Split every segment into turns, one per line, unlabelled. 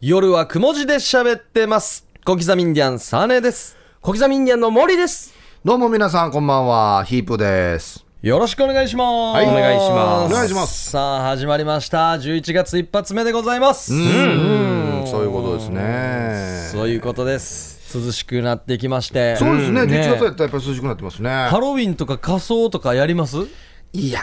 夜はくも字で喋ってます。小刻みインディアン、サネです。
小刻みインディアンの森です。
どうも皆さんこんばんは、ヒープです。
よろしくお願いします。
はいお願いし
ます
お願いします。
さあ、始まりました。11月一発目でございます。
うん、そういうことですね。
そういうことです。涼しくなってきまして。
そうですね、
ん
11月やったらやっぱり涼しくなってますね。
ハロウィンとか仮装とかやります
いや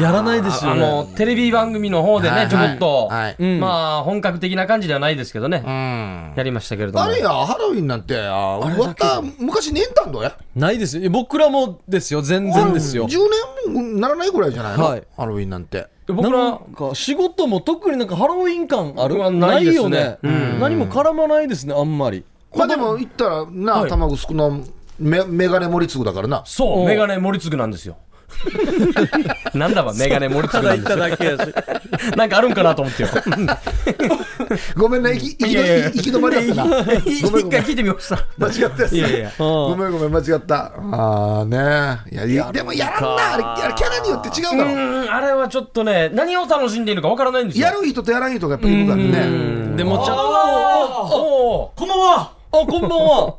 やらないですよ
あ
ね。
の、テレビ番組の方で
はいは
ね、
い
ちょこっと、
はい
うんまあ、本格的な感じではないですけどね、
ー、うん。
やりましたけれども。
あれや、ハロウィンなんて、あ終わった、昔年単度や。
ないですよ。僕らもですよ。全然ですよ。
10年もならないぐらいじゃないの、
はい
ハロウィンなんて。
僕
なん
ら、
か仕事も特になんかハロウィン感ある
うわないですね
よね、
うん
何も絡まないですねあんまり
まあでも、行ったらな、
はい
卵すくのメメガネ盛り継ぐだからな。
そうう、
ん
メガネ盛り継ぐなん ですよ。なんだば、メガネ盛り継ぐなんですよ。
だけやし
なんかあるんかなと思 ってよ。
ごめんね、行き行き
いやいやいや
行き止まりだったな。
一
ごめんごめ
回
ん
聞いてみました。
間違ったやつ。
いやいや
ごめんごめん、間違った。ああねいやいや、でもやらんな、あれあれキャラによって違うだろ。
うん、あれはちょっとね、何を楽しんでいるのかわからないんですよ。
やる人とやらん人がやっぱいるからね。
でもちゃん
あーおー
こんばんは
あこんばん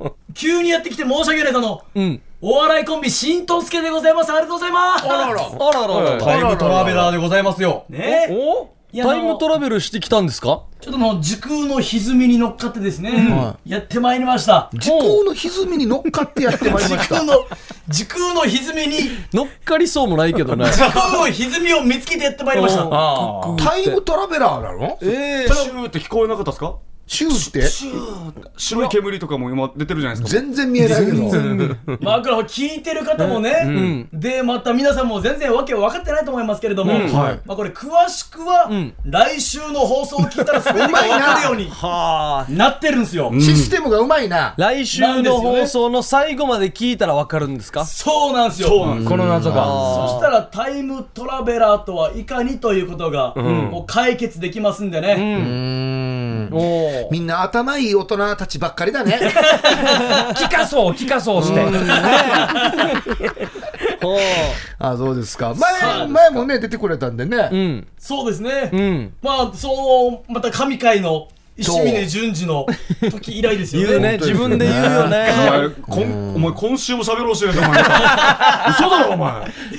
は
急にやってきて申し訳ないだの、
ん
お笑いコンビしんとすけでございますありがとうございます
あらららら
タイムトラベラーでございますよ。
ねえ
お
いやあ
タ
の
イムトラベルしてきたんですか
ちょっともう時空の歪みに乗っかってですね、やってまいりました
時空の歪みに乗っかってやってまいり
時
まし
空
た。
の時空の歪みに時
乗っかりそうもないけどね
空の歪みを見つけてやってまいりました
お
あー
タイムトラベラーなの
ええ
シューって聞こえなかったですか
シューって
白い煙とかも今出てるじゃないですか。
全然見えないけど。
まあこれを聞いてる方もね、でまた皆さんも全然わけ分かってないと思いますけれども、
はい
まあこれ詳しくは、来週の放送を聞いたら全てが分かるように
はあ
なってるんですよ、
システムがうまいな。
来週の放送の最後まで聞いたらわかるんですか
そうなんですよ
この謎が。
あ
そしたらタイムトラベラーとはいかにということが、もう解決できますんでね、
お
みんな頭いい大人たちばっかりだ ね。
聞かそう、聞かそうして。
ほ
あ、そうですか。前、前もね、出てくれたんで
うう
ね。
ん
そうですね、
うん
まあそのまた神回の石峰淳二の時以来です よ
言うね
ね
自分で言うよ
お前
ね、
こんお前今週も喋ろうしてるじゃん、お前。嘘だろ、お前。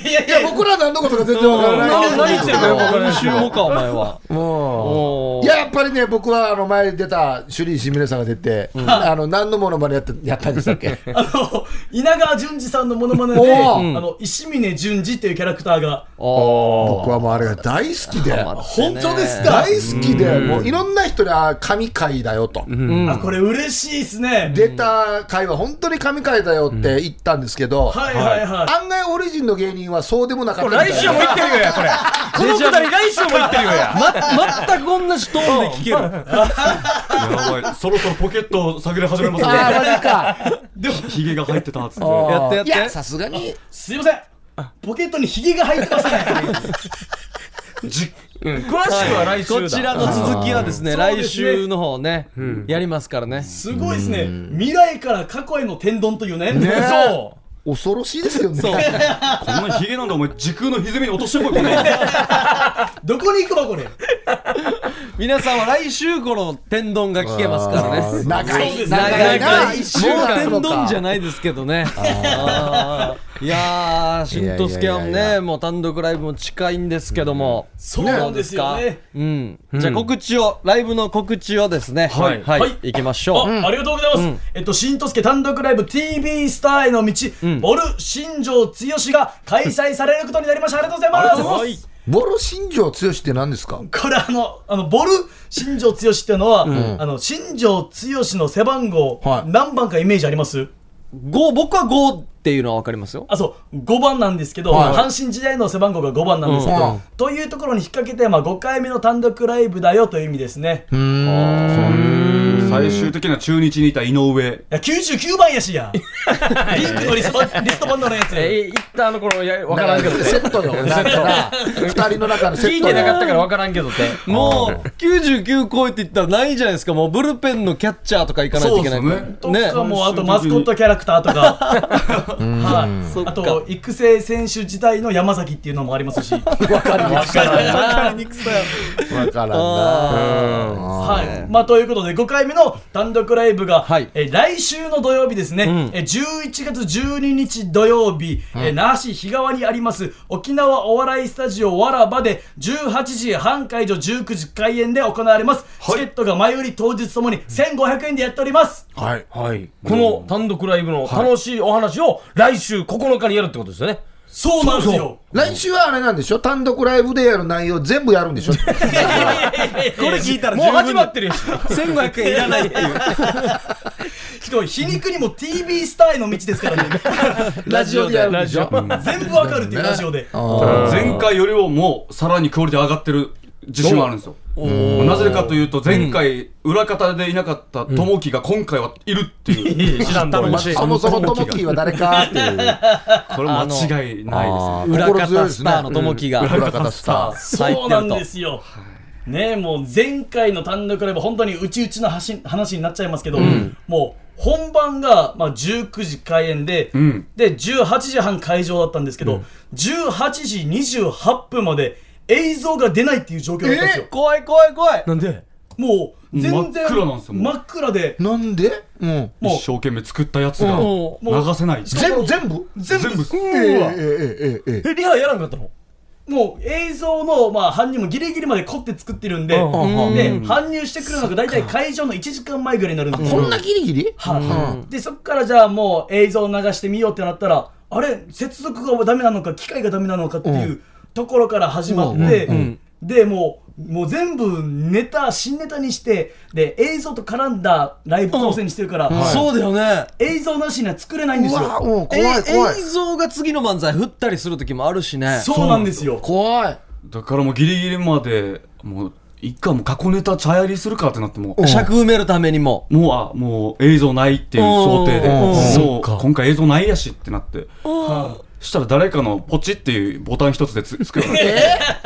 いやい
いや、
や
僕ら何のことか全然わからない。
何言ってるかよくわかんないですけど今週もかお前は
もう。
お
いや、やっぱりね、僕はあの前出た、首里しみれさんが出て、あの、何のものまでやった、やったんでしたっけ
あの稲川淳二さんのモノマネで、
おー
あの石峰淳二っていうキャラクターが
お
僕はもうあれが大好きで。
本当ですか、
大好きで、もういろんな人に、あー神回だよと。
あこれ嬉しいですね
出た回は本当に神回だよって言ったんですけど、
はいはいはい、
案外オリジンの芸人はそうでもなかったみたい
来週も言ってるよや、これ。このくだり来週も言ってるよや。
ま全く同じトーンで聞ける
やばい、そろそろポケットを探り始めます
あ
ね。
ーマジか
ひげが入ってたっつって。
やってやっ
いや
て
さすがに
すいませんポケットにヒゲが入っ てますね
じ
詳しくは来週だ。
こちらの続きはですね
そうで
来
すね
週の方ねやりますからね
すごいですね未来から過去への天丼というね
そ
恐ろしいですよね
こんなひげなんだ、お前、時空の歪みに落としてこい、こんな。
どこに行くばこれ
皆さんは来週この天丼が聞けますからね
長
そう で
い
すね
長いな
もう
一週間
天丼じゃ
い
ないですけどねあー いやーしんとすけはい
やいやいやい
ねもう単独ライブも近いんですけども
そうなんですよね
うんじゃあ告知をライブの告知をですねはい
い
はい行きましょう
あありがとうございます、えっとしんとすけ単独ライブ TV スターへの道、ボル新庄剛志が開催されることになりましたありがとうございます
はい
ボロ新庄剛志って何ですか
これあのあのボル新庄剛志っていうのは、あの新庄剛志の背番号、
はい
何番かイメージあります
五僕は5っていうのは分かりますよ
あそう5番なんですけど、
はい
阪神時代の背番号が5番なんですけど、
うん
というところに引っ掛けて、まあ、5回目の単独ライブだよという意味ですね、い
最終的には中日にいた井上。
や99番や しやピンクのリストバリストバンドのやつ
え、いったあの頃、いや、わからんけど
セ
て。
ットよなんかな二人の中のセ
聞
ッ
い
ト
てなか
よ
ったからわからんけどて。
もう99超えていったらないじゃないですかもうブルペンのキャッチャーとか行かないといけないから
とか
ね
もうあとマスコットキャラクター とか、はい、あ
そっ
と 育成選手時代の山崎っていうのもありますし
分かりました
わか
りにくさ
わからんな。
はい。まあ、ということで、5回目の単独ライブが、
はい
えー来週の土曜日ですね、えー11月12日土曜日、えー那覇市日川にあります、沖縄お笑いスタジオわらばで、18時半会場、19時開演で行われます。チケットが前売り当日ともに1500円でやっております。
はい。
はい、この単独ライブの楽しいお話を来週9日にやるってことですよね。
そうなんですよ。
来週はあれなんでしょ単独ライブでやる内容全部やるんでしょ
これ聞いたら
もう始まってるよ。
1500円いらないっていう
ひどい皮肉にも TV スターへの道ですからね
ラジオでやるんでしょ
全部わかるっていうラジオで
前回よりももうさらにクオリティ上がってる自信はあるんですよなぜかというと前回裏方でいなかった友樹が今回はいるっていう、
知らんだろ。
そもそもトモキーは誰かっていう。
これ間違いないですね
裏
心強い
方
で
ス
す
タ
ね
ーの友樹が、
裏方スター。
そうなんですよねえもう前回の単独ライブ本当にうちうちの話話になっちゃいますけど、もう本番が、まあ、19時開演で、
ん
で18時半会場だったんですけど、18時28分まで映像が出ないっていう状況だったんですよ、
怖い怖い怖い
なんで
もう全然
真っ暗なんですよもう
真っ暗で
なんでうん。
もう
一生懸命作ったやつが
も
流せない
全部全部
全部
ええええええええ
え、リハやらんかったの
もう映像の、まあ、搬入もギリギリまで凝って作ってるんで、
うんうん
で搬入してくるのが大体会場の1時間前ぐらいになるんです
こ
よ
んなギリギリ
はいでそこからじゃあもう映像を流してみようってなったらあれ接続がダメなのか機械がダメなのかっていうところから始まって、でもうもう全部ネタ新ネタにしてで映像と絡んだライブ構成にしてるから、
う、そうだよね
映像なしには作れないんで
う
す
わ
よ
うん怖い
え
怖い
映像が次の漫才振ったりする時もあるしね
そうなんですよ
怖い
だからもうギリギリまでもう一回もう過去ネタ茶やりするかってなってもう
尺埋めるためにも
もうあもう映像ないっていう想定で
うん
もう今回映像ないやしってなってしたら誰かのポチっていうボタン一つでつ作るの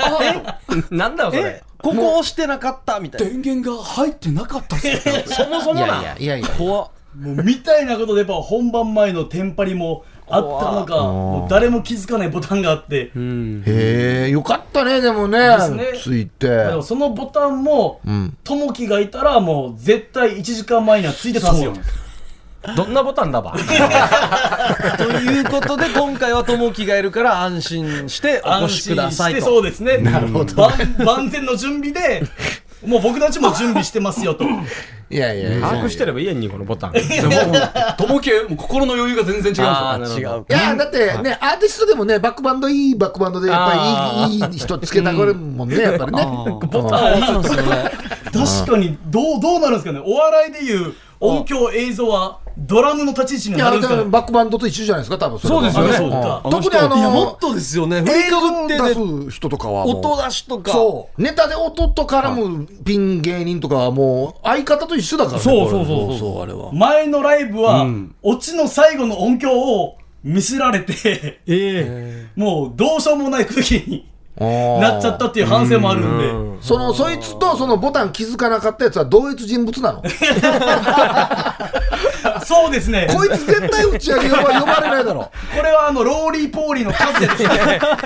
なんだよ、それ。
ここ押してなかったみたいな
電源が入ってなかったっすよ
そもそもな。
いやいや
怖っ
もうみたいなことでやっぱ本番前のテンパりもあったのかもう誰も気づかないボタンがあって、
へえよかったねでもね
すね
ついて
でもそのボタンも
ん
ともきがいたらもう絶対1時間前にはついてたんですよ
どんなボタンだば。
ということで今回は友樹がいるから安心してお
安
越しく
心
ださ
し
い
て
と
そうですねなるほど万全の準備でもう僕たちも準備してますよと
いやいやいや
把握してればいいやんに、このボタン。
でももう友樹もう心の余裕が全然違うんです
あ
よ
あ違う
いやだってねアーティストでもねバックバンドいいバックバンドでやっぱ
あ
りいいいい人つけたがるもんねやっぱりね
ボタンなんですよね確かにどうどうなるんですかねお笑いでいう音響映像はドラムの立ち位置
い
にはな
や
るん
だ
です
か
からね
バックバンドと一緒じゃないですか多分
そうですよね
あそうか
特にあ
いやも
の
っとですよね振り
映
かぶって
像
ね
出す人とかはもう
音出しとか
そうネタで音と絡むピン芸人とかはもう相方と一緒だからね
そうそうそうそう
そうあれは
前のライブは、
うん
オチの最後の音響を見せられて
え
もうどうしようもない空気にな
な
っちゃったっていう反省もあるんで、
そのそいつとそのボタン気づかなかったやつは同一人物なの こ
そうですねこ
いつ絶対打ち上げは呼ばれないだろ
れはあのローリーポーリーの数ですね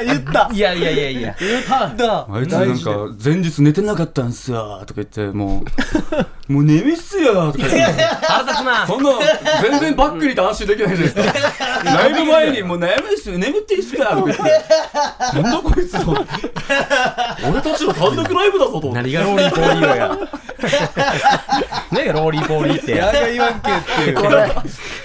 言った
え。いやいやいやいや。
だ
あいつなんか前日寝てなかったんすよとか言ってもうもう眠いっすよとか言って
腹立つな。
そんな全然バックにいて安心できないじゃないですかライブ前にもう眠いっすよ眠っていいっすかとか言ってなんだこいつと俺たちの単独ライブだぞと
何がローリーポーリーよ や。何がローリーポーリーって
い。やが言わんけっていう
これ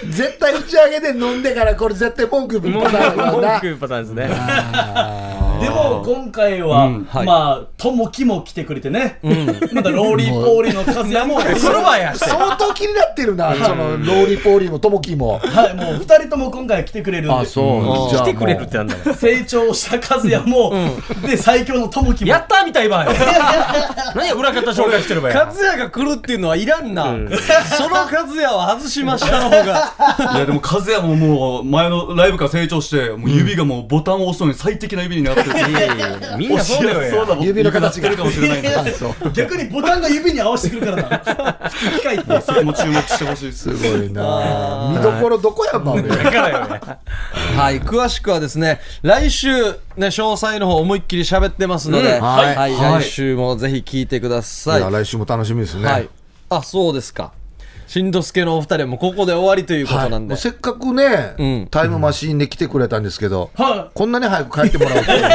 絶対打ち上げで飲んでからこれ絶対文句言う
文
パターンだから
句
な
言うパターンですね。
でも今回は、
うん
はい
まあともきも来てくれてね、またローリーポーリーの数やも
それはやして。
相当気になってるなそのローリーポーリーもトモキーも
はいもう2人とも今回来てくれるんで
そ
来てくれるってなんだよ。
成長した数やも、で最強のともきも
やったーみたい ばい。何や裏方紹介してればや
和。也が来るっていうのはいらんな、その和也は外しましたの方が
いやでも和也ももう前のライブから成長してもう指がもうボタンを押すのに最適な指になってる
いやいやいやみんなそうだよや
そうだもん
指の形が
指鳴ってるかもしれないんだ
あ そう
逆にボタンが指に合わせてくるからな普通機械って
それも注目してほしいです
すごいな見どころどこやばべ
だからよね
はい、詳しくはですね、来週、ね、詳細の方思いっきり喋ってますので、
うんはい
はい
はい
来週もぜひ聞いてください。
いや来週も楽しみですね、
はい。あ、そうですか。しんどすけのお二人はもうここで終わりということ
はい
なん
も
で。
うせっかくね、
うん
タイムマシーンで来てくれたんですけど、
は
こんなに早く帰ってもらうっていうね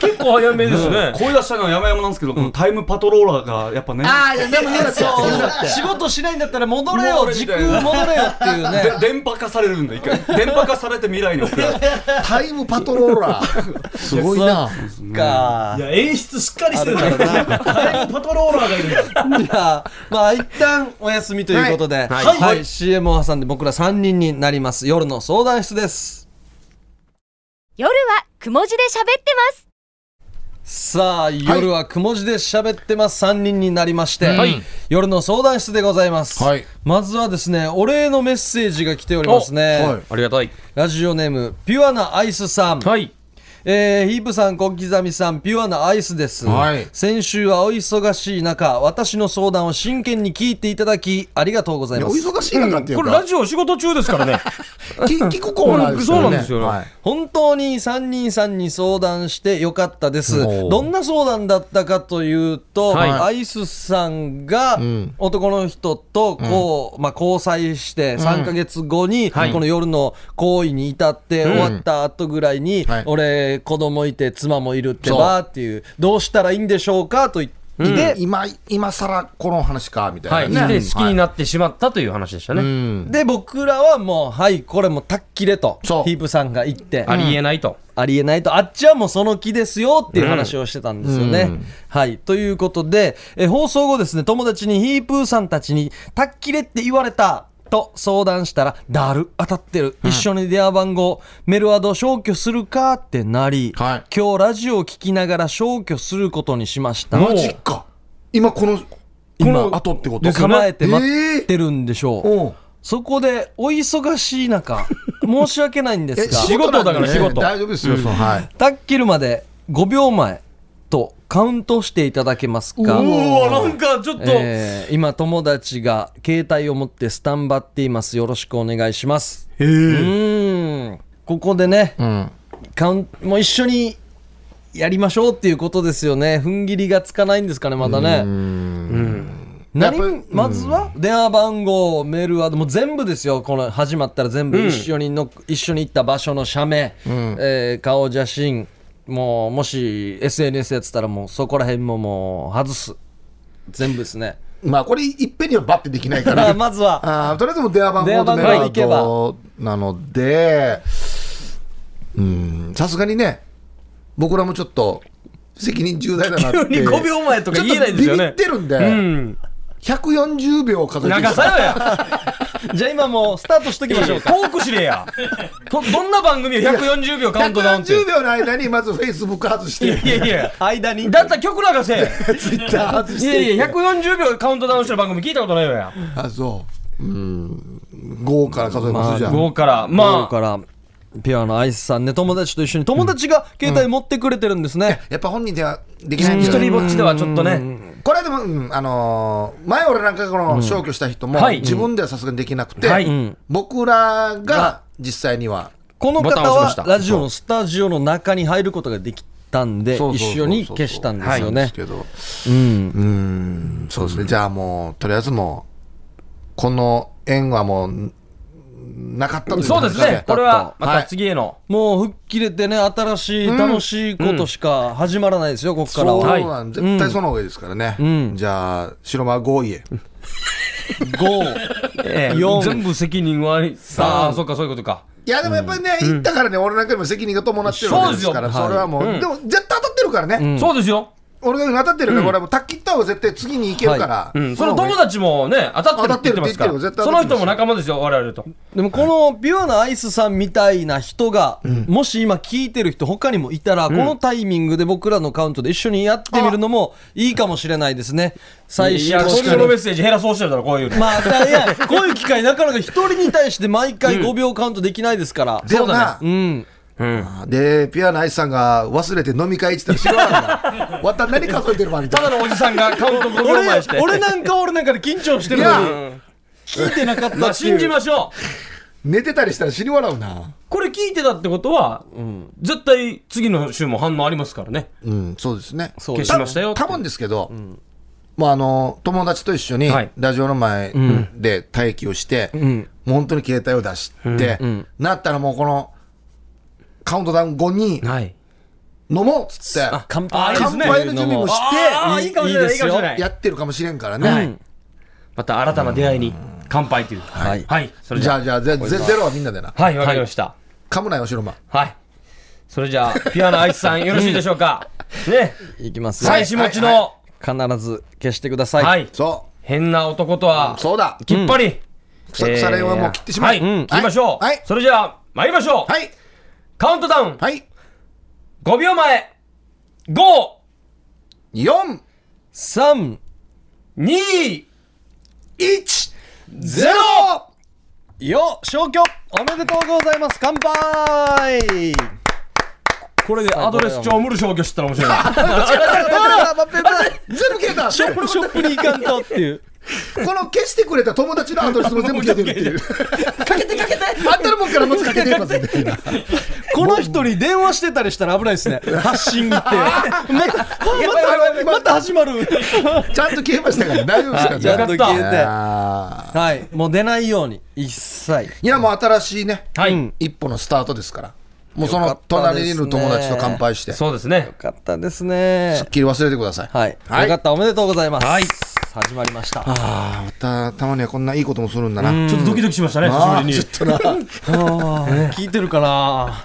結構早めですね
声出したのは山々なんですけど、このタイムパトローラーがやっぱね
ああいやでも言うなって言うなって
仕事しないんだったら戻れ
戻
よ
れ
時
み
空
たい
戻
な
れよっていうね
で電波化されるんだ一回電波化されて未来に送られて
タイムパトローラーすごいな
か
いいや演出しっかりしてる
あるから
なタイムパトローラーがいるんだ
じゃあまあ一旦お休みということで、はい
はい
はい
はい
CM を挟んで僕ら3人になります夜の相談室です
夜はくも字で喋ってます。
さあ夜はくも字で喋ってます3人になりまして、
はい
夜の相談室でございます、
はい
まずはですねお礼のメッセージが来ておりますね、
はい
ありがたい
ラジオネームピュアなアイスさん、
はい
えー、ヒープさん、小刻みさん、ピュアなアイスです。
はい
先週はお忙しい中、私の相談を真剣に聞いていただき、ありがとうござい
いや
ま
お
す。
忙しい中っていう
これ
か
ラ、ジオ仕事中ですからね
き聞くコーナーですよね
そうなんですよ
はい
本当に3人さんに相談してよかったです。
おー
どんな相談だったかというと、
はい
アイスさんが
ん
男の人とこう、まあ、交際して3ヶ月後に、
はい
この夜の行為に至って終わった後ぐらいに、
はい
俺子供いて妻もいるって
そう
ばっていうどうしたらいいんでしょうかと言って、
で今今さらこの話かみた
はいい
なね、
で好きに
な
なってしまったという話でした
う
ね
ん
で僕らはもうはいこれもうたっきれと
そう
ヒープさんが言って
ありえないと
ありえないとあっちはもうその気ですよっていう話をしてたんですよね。はいということでえ放送後ですね友達にヒープーさんたちに「たっきれって言われた」と相談したら「だる当たってる、一緒に電話番号メールアド消去するか」ってなり、
はい
今日ラジオを聞きながら消去することにしました。
マジか今この今
の
後ってこと
で構えて待ってるんでしょう、
うん
そこでお忙しい中申し訳ないんですが
仕事だから仕事
なんでね大丈夫ですよ、そのはい
タッキルまで5秒前とカウントしていただけますか
おおなんかちょっと
えー今友達が携帯を持ってスタンバっていますよろしくお願いしますへえここでね
うん
カウンもう一緒にやりましょうっていうことですよね踏ん切りがつかないんですかねまだね何
やっぱり
まずは電話番号メールはもう全部ですよこの始まったら全部一緒にの、一緒に行った場所の社名、えー顔写真もうもし SNS やってたらもうそこら辺ももう外す全部ですね
まあこれいっぺんにはバッてできないか
まあ
ら
まずは
あーとりあえずもう電話番号とメ
電話番号
ールアドなのでうんさすがにね僕らもちょっと責任重大だなって
急に5秒前とか言えないんですよね
ちょっとビビってるんで、
うん
140秒数えて
流
る
さよや
じゃあ今もうスタートしときましょうか
トークしれ やとどんな番組を140秒カウントダウンって
140秒の間にまずフェイスブック外 して
いやいや
間に
だったら曲流せ
ツイッター外し
い
て
やいや140秒カウントダウンしてる番組聞いたことないよや
あそううん5から数えますじゃん、
5から
まあ、
まあ
からピアノアイスさんね友達と一緒に友達が携帯持ってくれてるんですね、
やっぱ本人ではできないんだ
一
よね
人ぼっちではちょっとね
これでも、うんあのー前俺なんかこの消去した人も、
はい
自分ではさすがにできなくて、
はい
ん
僕らが実際には、
この
ボタ
方
ン押しました
はラジオのスタジオの中に入ることができたんで
そう
一
そうそうそ
緒
う
に消したんですよね、
はいけどうんそうですねじゃあもうとりあえずもうこの縁はもうんなかったという
そうですねこれはま
は
た
い
次への
もう吹っ切れてね新しい楽しいことしか始まらないですよここから
そう
は、
はい
なん絶対その方がいいですからね、
ん
じゃあ白間5位へ
5
ええ
四
全部責任はさあそっかそういうことか
いやでもやっぱりね、行ったからね俺なんかにも責任が伴ってるわけですからそ
そうですよ
れはもう、
はい
でも絶対当たってるからね、
そうですよ
俺が当たってるから、これはもう、たっきった方が絶対次に行けるから、
うんその友達もね当たってるって言ってますか
当たってるって言っ
ら
てる絶対
そ
当た
の
ってます
人も仲間ですよ我々と
でもこのピュアなアイスさんみたいな人が、もし今聞いてる人他にもいたら、このタイミングで僕らのカウントで一緒にやってみるのもいいかもしれないですね最
い
新
や
の
そういうのメッセージ減らそうしてたらこういうの
まあ、だいや、こういう機会、なかなか一人に対して毎回5秒カウントできないですから。
でもな、
うん。
で、ピュアなアイスさんが忘れて飲み会行ってたら知らないわ。わた何数えてるわみたいな。
のおじさんがカウント5
俺
秒前して
俺なんか俺なんかで緊張してる
い
の
や
に聞いてなかったっていう、
まあ信じましょう
寝てたりしたら死に笑うな。
これ聞いてたってことは、絶対次の週も反応ありますからね
うん、そうですね。
そう
消しましたよって
多分ですけど、まああの友達と一緒に
はい
ラジオの前で待機をして、もう本当に携帯を出して、なったらもうこのカウントダウン後に
はい
飲もうっつって
乾
あ
杯
いいです
乾
ね
杯の準備もして
ああいいかもしれないいいかもしれない
やってるかもしれんから
は
ね
い、また新たな出会いに乾杯というはいはいそれ
じ
じゃ
ゃあじゃあぜぜゼロはみんなでな
あはいわかりました
噛むなよ白間
はいそれじゃあピアノアイスさんよろしいでしょう かね
いきますよ、
妻子持ちの
必ず消してください、
はい
そ
変な男とは
うそうだ
きっぱり
腐腐れ縁はもう切ってしま
は
え
い
うん
切りましょう
はい
それじゃあ参りましょう
はい
カウントダウン
はい
5秒前
四
3
521
一
ゼロよ消去おめでとうございます乾杯
これでアドレス帳無理消去してたら面白いな
全部消えた
ショップショップに行かんとっていう
この消してくれた友達のアドレスも全部消えてるっていう。かけてかけて。あんたのもんからまずかけてますみたいな。
この人に電話してたりしたら危ないですね 発信ってまたまた始まる
ちゃんと消えましたから大丈夫ですかじ
ちゃ
ゃ
んと
あ。
消えて
あー
はいもう出ないように一切
いやもう新しいね、
はい
うん
一歩のスタートですから。もうそ
よか
の
ったですね
隣にいる友達と乾杯して、す
そうですね
よかったですね
っきり忘れてください。
はい、
はい。
よかったおめでとうございます、
はい
始まりました
ああ、また、たまにはこんないいこともするんだな。
ちょっとドキドキしましたね久し
あ
ぶり
ー
に
ちょっとな。
あー聞いてるかな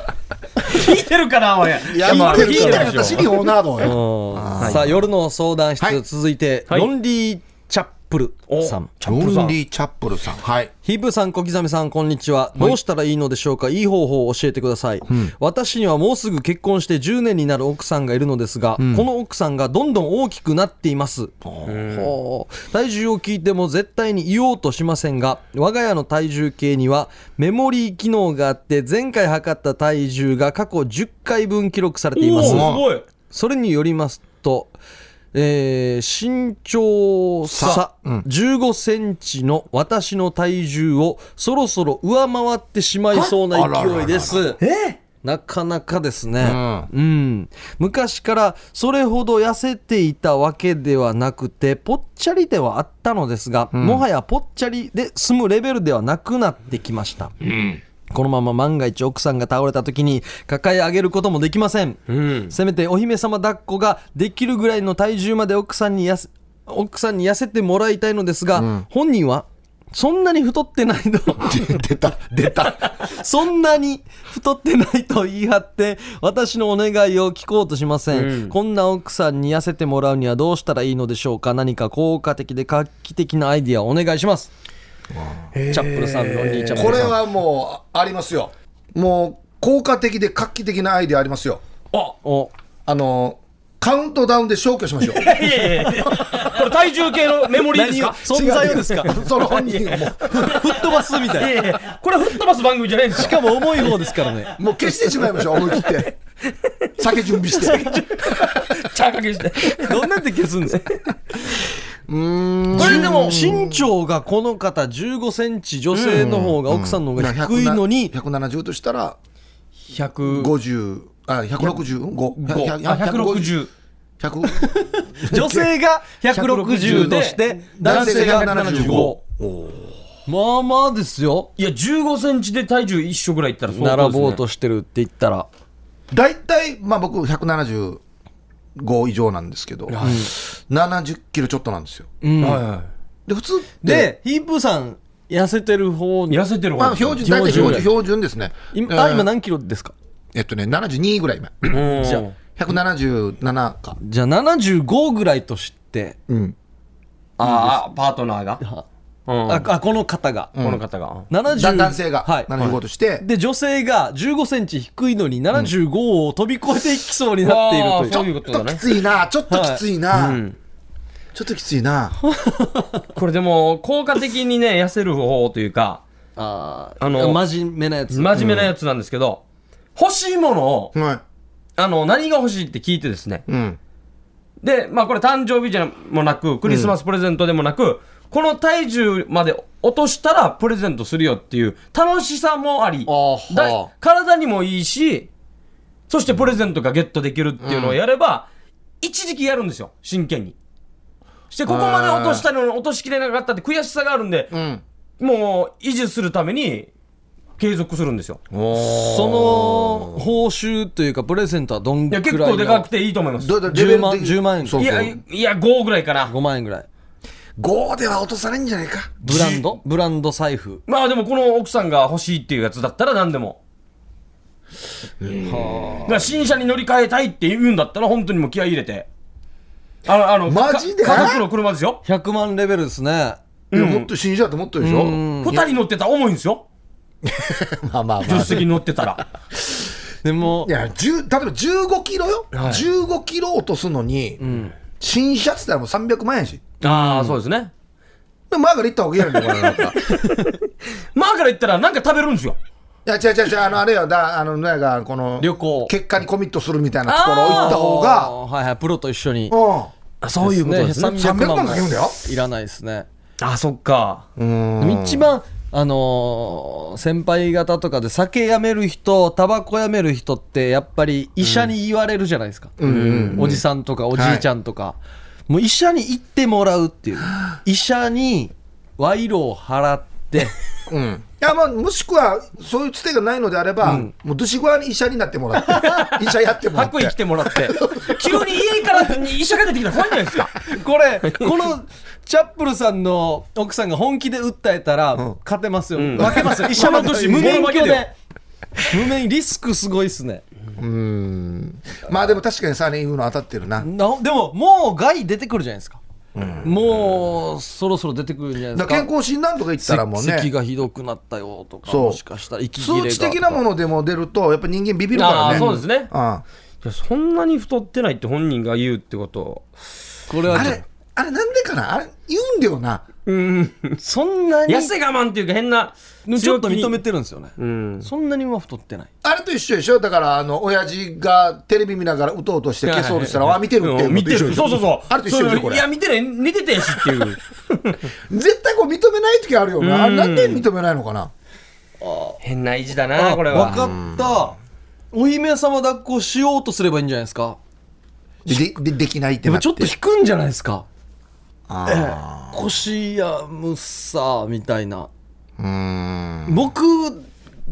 聞いてるかなおい
いや、まあ、
聞
聞
い
い
て
て
るか
るや
ら
ったしにオーナード
う
よ。
んさあ夜の相談室、
はい
続いて、
はい
ロンリーチャップルさん
ロンリー・チャップルさん。 はい。
ヒブさん、小刻みさん、こんにちは。どうしたらいいのでしょうか、い、い方法を教えてください、私にはもうすぐ結婚して10年になる奥さんがいるのですが、この奥さんがどんどん大きくなっています。ほう体重を聞いても絶対に言おうとしませんが、我が家の体重計にはメモリー機能があって、前回測った体重が過去10回分記録されています。
おーすごい
それによりますと、えー身長差15センチの私の体重をそろそろ上回ってしまいそうな勢いです。なかなかですね、うん昔からそれほど痩せていたわけではなくてぽっちゃりではあったのですが、もはやぽっちゃりで済むレベルではなくなってきました、このまま万が一奥さんが倒れた時に抱え上げることもできません、せめてお姫様抱っこができるぐらいの体重まで奥さんにやせ奥さんに痩せてもらいたいのですが、本人はそんなに太ってないの
出た、出た。
そんなに太ってないと言い張って私のお願いを聞こうとしません、こんな奥さんに痩せてもらうにはどうしたらいいのでしょうか何か効果的で画期的なアイディアをお願いしますチャップルさんロンリーチャップルさん
これはもう、ありますよ。もう、効果的で画期的なアイデアありますよ。
お
あの、カウントダウンで消去しま しょう。
いやいやいやこれ体重計のメモリーですか
存在をですか吹っ
その本人をも
飛ばすみたいない
やいやこれ吹っ飛ばす番組じゃないんです
し
か
かも重い方ですからね。
う、もう消してしまいましょう、思い切 って。酒準備して。
ちゃかけして
どんなんで消すんですか。これでも身長がこの方15センチ女性の方が奥さんの方が低いのに
170としたら、
100
50、あ、165?160?
あ160
100?
女性が160として男性が75。まあまあですよ。
いや15センチで体重一緒ぐらいいったら相当です
並
ね
ぼうとしてるって言ったら。
大体、まあ僕、175以上なんですけど、70キロちょっとなんですよ。
はいは
で、普通って、
で、ヒープーさん痩せてる方
い
に。
痩せてる
まあ
方
標準、大体標準、標準ですね。
今あ
えー
今何キロですか
えっとね、72ぐらい今。
うん
じゃ
177か。
じゃあ75ぐらいとして、
うん。
ああパートナーが
あ
うん
ああこの方が。
この方が
70
だ男性が
はい、
75として、
で女性が15センチ低いのに75を飛び越えていきそうになっているという、
そういうこ
ち
と
ょ
だ
っとき
ね
ついな、ちょっときついな、
ん
ちょっときついな、
これでも効果的にね痩せる方法というか
あー
あの
真面目なやつ
真面目なやつなんですけど、欲しいものを、
はい。
あの、何が欲しいって聞いてですね。
うん。
で、まあこれ誕生日じゃもなく、クリスマスプレゼントでもなく、この体重まで落としたらプレゼントするよっていう楽しさもあり、
ああ
だ体にもいいし、そしてプレゼントがゲットできるっていうのをやれば、一時期やるんですよ、真剣に。して、ここまで落としたのに落としきれなかったって悔しさがあるんで、
ん
もう維持するために継続するんですよ。
その報酬というかプレゼントはどん
い
くら
や、
い
結
の
構でかくていいと思います。
どうだレベル
10万
的に
10万円
そう
い
そ
や、
う。
いや、5ぐらいかな。
5万円ぐらい
5では落とされんじゃないか。
ブランドブランド財布
まあでもこの奥さんが欲しいっていうやつだったら何でも。だから新車に乗り換えたいって言うんだったら本当にもう気合い入れて。あの、あの、
マジで
か家族の車ですよ。
100万レベルですね
いや、もっと新車ってもっとでしょ
二人乗ってたら重いんですよ。
まあまあ
助手席乗ってたら。
でも
いや、10例えば15キロよ。15キロ落とすのに、新車って言ったらもう300万円やし。
ああ、そうですね。
でも前から言った方がいいやんけ、これなんか。
まあから言ったらなんか食べるんですよ。
いや、違う違う違う、あの、あれよ、だ、あの、なんか、この、
旅行
結果にコミットするみたいなところを行った方が、
はいはいプロと一緒に
あそういうことですね。
ね
300万
も
かけるんだよ
いらないですね
あ、そっか。
うん。
でも一番あのー先輩方とかで酒やめる人タバコやめる人ってやっぱり医者に言われるじゃないですか、おじさんとかおじいちゃんとか、もう医者に行ってもらうっていう医者に賄賂を払って
うん。いや、まあ、もしくは、そういうつてがないのであれば、もう、ドシゴアに医者になってもらって、医者やってもらって。
白衣来てもらって。急に家から医者が出てきたら怖いんじゃないですか。
これこのチャップルさんの奥さんが本気で訴えたら、勝てますよ、負けますよ医者の年無免許
この年無免許
で
で
無免リスクすごいっすね
うん。まあ、でも確かにサーネ言うの当たってるな。
なでももう害出てくるじゃないですか、もうそろそろ出てくるんじゃないで
だ
す
から
か
健康診断とか行ったらもうね
咳、がひどくなったよとか
そう
もしかしたら息切れが
数値的なも
の
のでも出ると、やっぱ人間ビビるからね。
あーそうですね
あ
いやそんなに太ってないって本人が言うってこと。
これは
あ
ちょっ
れ、あれなんでかなあれ、言うんだよな。
とそんなに
痩せ我慢っていうか変な強気に。
ちょっと認めてるんですよね、
うん。
そんなには太ってない
あれと一緒でしょだから、あの、親父がテレビ見ながらうとうとして消そうとしたら、わ、見てるっていう
うん
の
見
と
て
一緒
る。
でしょ
そうそうそう。
あれと一緒でしょこれ
い。や、見てない。見ててやしっ ていう。
絶対こう認めない時あるよな。あれなんで認めないのかな
変な意地だな、これは。
分かったお姫様抱っこしようとすればいいんじゃないですか
で、で、できないって
で
な
も
って。
ちょっと引くんじゃないですか
あ
腰やむさみたいな
ーうーん。
僕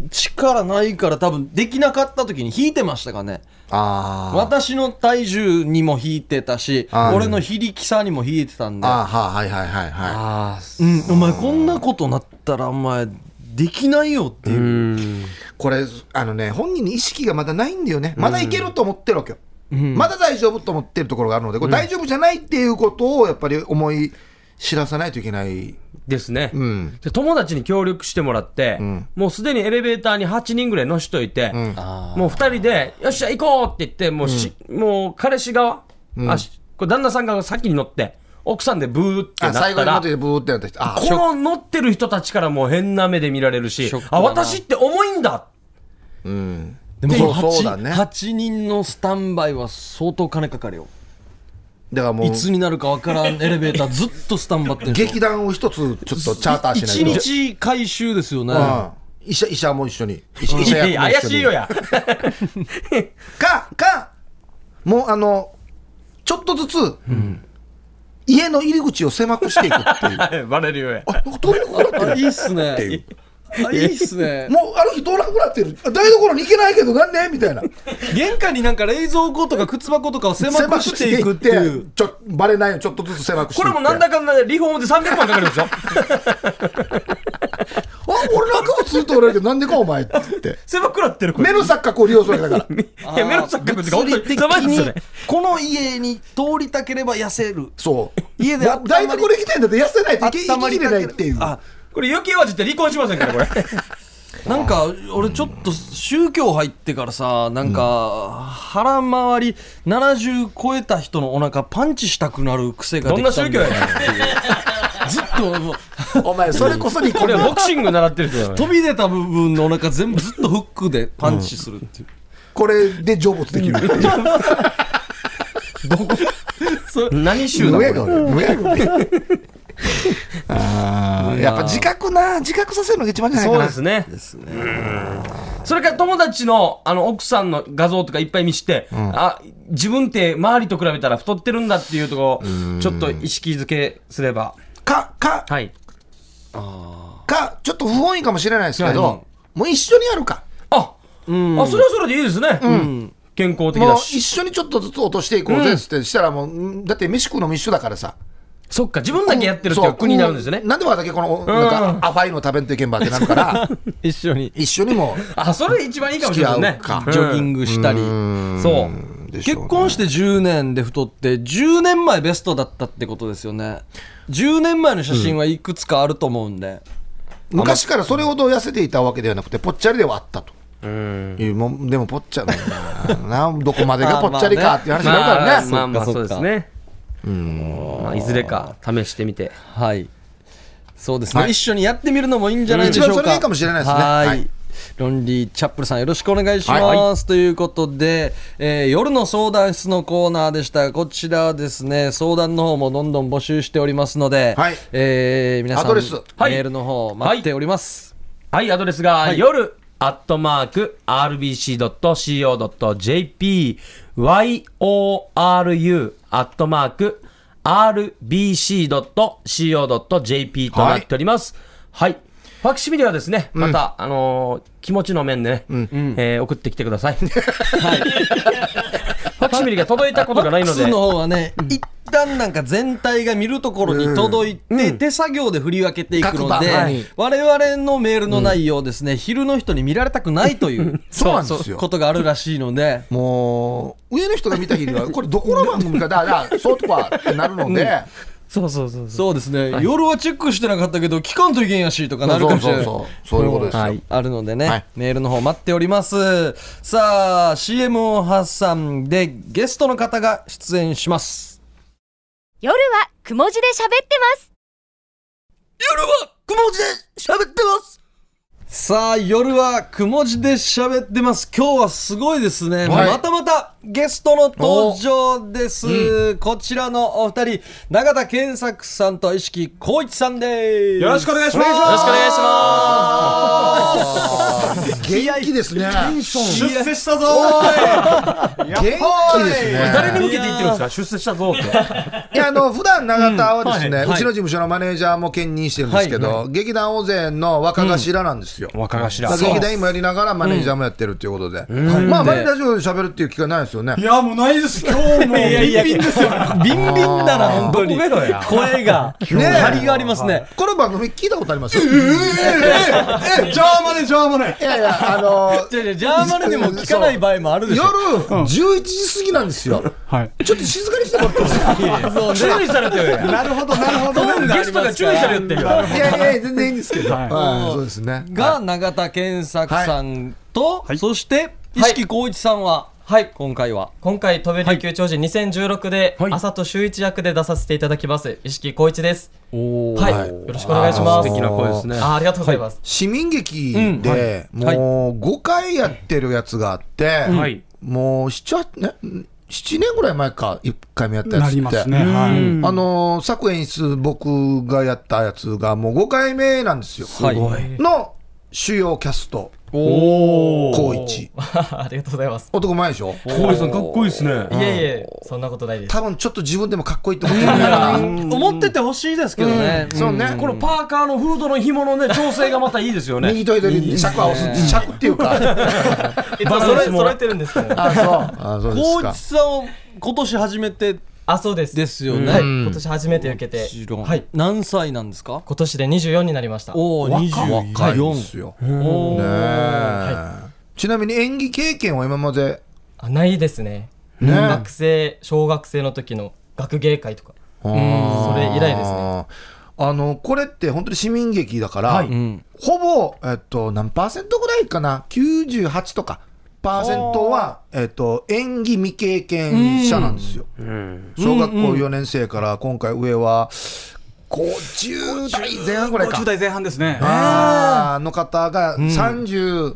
力ないから多分できなかった時に引いてましたかね
あー。
私の体重にも引いてたし
あー
俺の非力さにも引いてたんで、
あーはーはいはいはいは
あ
うん、お前こんなことなったらお前できないよっていうう、
ん。
い。これ、あのね、本人に意識がまだないんだよね。まだいけると思ってるわけよ。まだ大丈夫と思ってるところがあるので、これ大丈夫じゃないっていうことをやっぱり思い知らさないといけない。
ですね。
うん。
で友達に協力してもらって、
ん
もうすでにエレベーターに8人ぐらい乗しといて、
ん
もう2人で、よっしゃ、行こうって言って、もうし、もう彼氏側、あしこれ旦那さんが先に乗って、奥さんでブーってな
あ、
った
最後に
ら、
までブーってなった人。あー、
この乗ってる人たちからもう変な目で見られるし
ショック、だ
あ、
な
私って重いんだ
うん。
でもその
そ
8,
うそうだね
8人のスタンバイは相当金かかるよ
だからもう
いつになるかわからんエレベーターずっとスタンバってるんです
劇
よ
団を一つちょっとチャーターし
1
ないと。
日回収ですよね、
うん、医者医者も一緒に。医者医
い
者
や
役
い
も
や
一緒に
怪しいよ。や。
か、か、もうあの、ちょっとずつ、家の入り口を狭くしていくって いう。あ、
バレるよや。
なんか通りにくくなって
あ
る。
いいっすね
いう
あいいっすね
もうある日通らなくなってる。あ台所に行けないけどなんでみたいな。
玄関になんか冷蔵庫とか靴箱とかを狭くしていくって
狭
い
くして
う
ちょ、バレないようにちょっとずつ狭くしてい
こ
って
れもなんだかんだでリフォームで300万かかるんですよ。
あ、俺なんかもずっとおられるけど、なんでかお前って言って。
狭くなってる、これ。
目の錯覚を利用するわけだから。
いや、メロン錯覚っていうか、本当に狭いんです
に
よね。
この家に通りたければ痩せる
そう。
家であったま
台
り
所に来てんだって痩せないと生き生ききれないっていう。
あ
これ余計味って離婚しませんから、これ。
なんか俺ちょっと宗教入ってからさなんか腹回り70超えた人のお腹パンチしたくなる癖が
ど
で
ん
きた
なん
だ
宗教やねん。
ずっともう
お前それこそにこ
これ
れ
はボクシング習ってる人だよね
飛び出た部分のお腹全部ずっとフックでパンチするっていう、
これで成仏できる
何州
無
だこれ
やが俺無や が俺あーやっぱ自覚な自覚させるのが一番じゃない
そ
か
う
な
ですねうんそれから友達のあの奥さんの画像とかいっぱい見して、あ自分って周りと比べたら太ってるんだっていうところをちょっと意識づけすれば
かか
はい
かちょっと不本意かもしれないですけ
はい
どもう一緒にやるか
あ、あそれはそれでいいですね、健康的
もう
だし
一緒にちょっとずつ落としていこうぜっつってしたらもうんだって飯食うのも一緒だからさ
そっか自分だけやってるっていう国になるんですよね
そうなんで私だけこのなんかアファイの食べんといけんばってなるから
一緒に
一緒にも
あそれ一番いいかもしれないね
付き合うか
うん
ジョギングしたり、
そう
でし
結
ょうね
婚して10年で太って10年前ベストだったってことですよね10年前の写真はいくつかあると思うんで、
昔からそれほど痩せていたわけではなくてぽっちゃりではあったと。いうもんでもぽっちゃりだななどこまでがぽっちゃりかっていう話になるからね,、
まあまあまあ
そ
そ
っ
う
か
ですねまあいずれか試してみて
はいそうですね、
はい
一緒にやってみるのもいいんじゃないでしょうか、
うん一番それいいかもしれないですね
はい
はい
ロンリーチャップルさんよろしくお願いします、
はい
ということで、えー夜の相談室のコーナーでしたこちらはですね相談の方もどんどん募集しておりますので、
はい
えー皆さん
アドレス
はい
メールの方待っております、
はい、アドレスが、夜アットマーク RBC.CO.JP YORU アットマーク RBC.CO.JP となっております。はい。ファクシミリはですね、また、あのー気持ちの面でね、えー送ってきてくだ さい。ファクシミリが届いたことがないので
靴、の方はね、一旦なんか全体が見るところに届いて、手作業で振り分けていくので、
各番はい
我々のメールの内容をですね、昼の人に見られたくないという
そうなんですよ
ことがあるらしいので、
もう上の人が見た日にはこれどこの番組かだだそうとかってなるので、
そうそうそうそう。
そうですね、夜はチェックしてなかったけど、聞かんといけんやしとかなるかもしれない。
そうそうそうそういうことですよ、
はいあるのでね、
はい
メールの方待っております。さあ、CM を挟んでゲストの方が出演します。
夜はくも字で喋ってます
さあ、夜はくも字で喋ってます。今日はすごいですね。
はい
またまたゲストの登場です。こちらのお二人、永田健作さんと意識光一さんです。
よろしくお願いします
よろしくお願いし
元気ですね
出世したぞー
元気ですね
誰に向けて言ってるんですか出世したぞって。
いやあの普段永田はですね、
はいう
ちの事務所のマネージャーも兼任してるんですけど、劇団大勢の若頭なんですよ、
若頭。
だから劇団員もやりながらマネージャーもやってるっていうことで、はいまあマネージャー上で喋るっていう機会ないですよね
いや、もうない です。今日も。ビンビンですよ。
ます。ビンビンだな、本当に。
どこがだよ
声が、
ね
張りがありますね。
この番組聞いたことあります
え、ジャーマネ、ジャーマネ
い。やいやあの
じゃあじゃあジャーマネでも聞か ない場合もあるでし
夜
ょ。
11時過ぎなんですよ、ちょっと静かにしてもらっていいですか
注意されてるやん。
なるほど、なるほど。
ゲストが注意されてるよ。
いやいやいや全然いいんですけど、はいそうですね
が永田健作さんと、そして意識光一さんは、はい、今回は。
今回飛べる球長人2016で、朝と週一役で出させていただきます石木光一ですはい、よろしくお願いします
素敵な声ですね。
あありがとうございます、
市民劇で、
うんはい
もう5回やってるやつがあって、
い
もう 7, ね7年ぐらい前か1回目やったやつ
な
って
りますね。はい。
あのー作演出僕がやったやつがもう5回目なんですよ、
はい。
の主要キャスト
おお。
高一
ありがとうございます
男前でしょ
小林さんかっこいいですね
い。えいえそんなことないです
多分ちょっと自分でもかっこいいと思ってるから
思っててほしいですけどね。
そうね
このパーカーのフードの紐のね調整がまたいいですよね。
右と左に尺は押す尺っていうか
いつも揃え揃えてるんですけど
あそうあそうです
光一
か
さんを今年初めて
あそうです
ですよ
はい
ね。
今年初めて受けて
もちろん
はい
何歳なんですか
今年で24になりました
おお、
若いで
24。
すよ
お
ねえ
ー
ちなみに演技経験は今まで
あないですね
ね
学生小学生の時の学芸会とか
そ
それ以来ですね
あのこれって本当に市民劇だから、
うん
ほぼ、えっと、何パーセントぐらいかな98とかパーセントは、えっと、演技未経験者なんですよ、小学校4年生から今回上は50代前半ぐらいか
10代前半ですね。
あーの方が37、
9、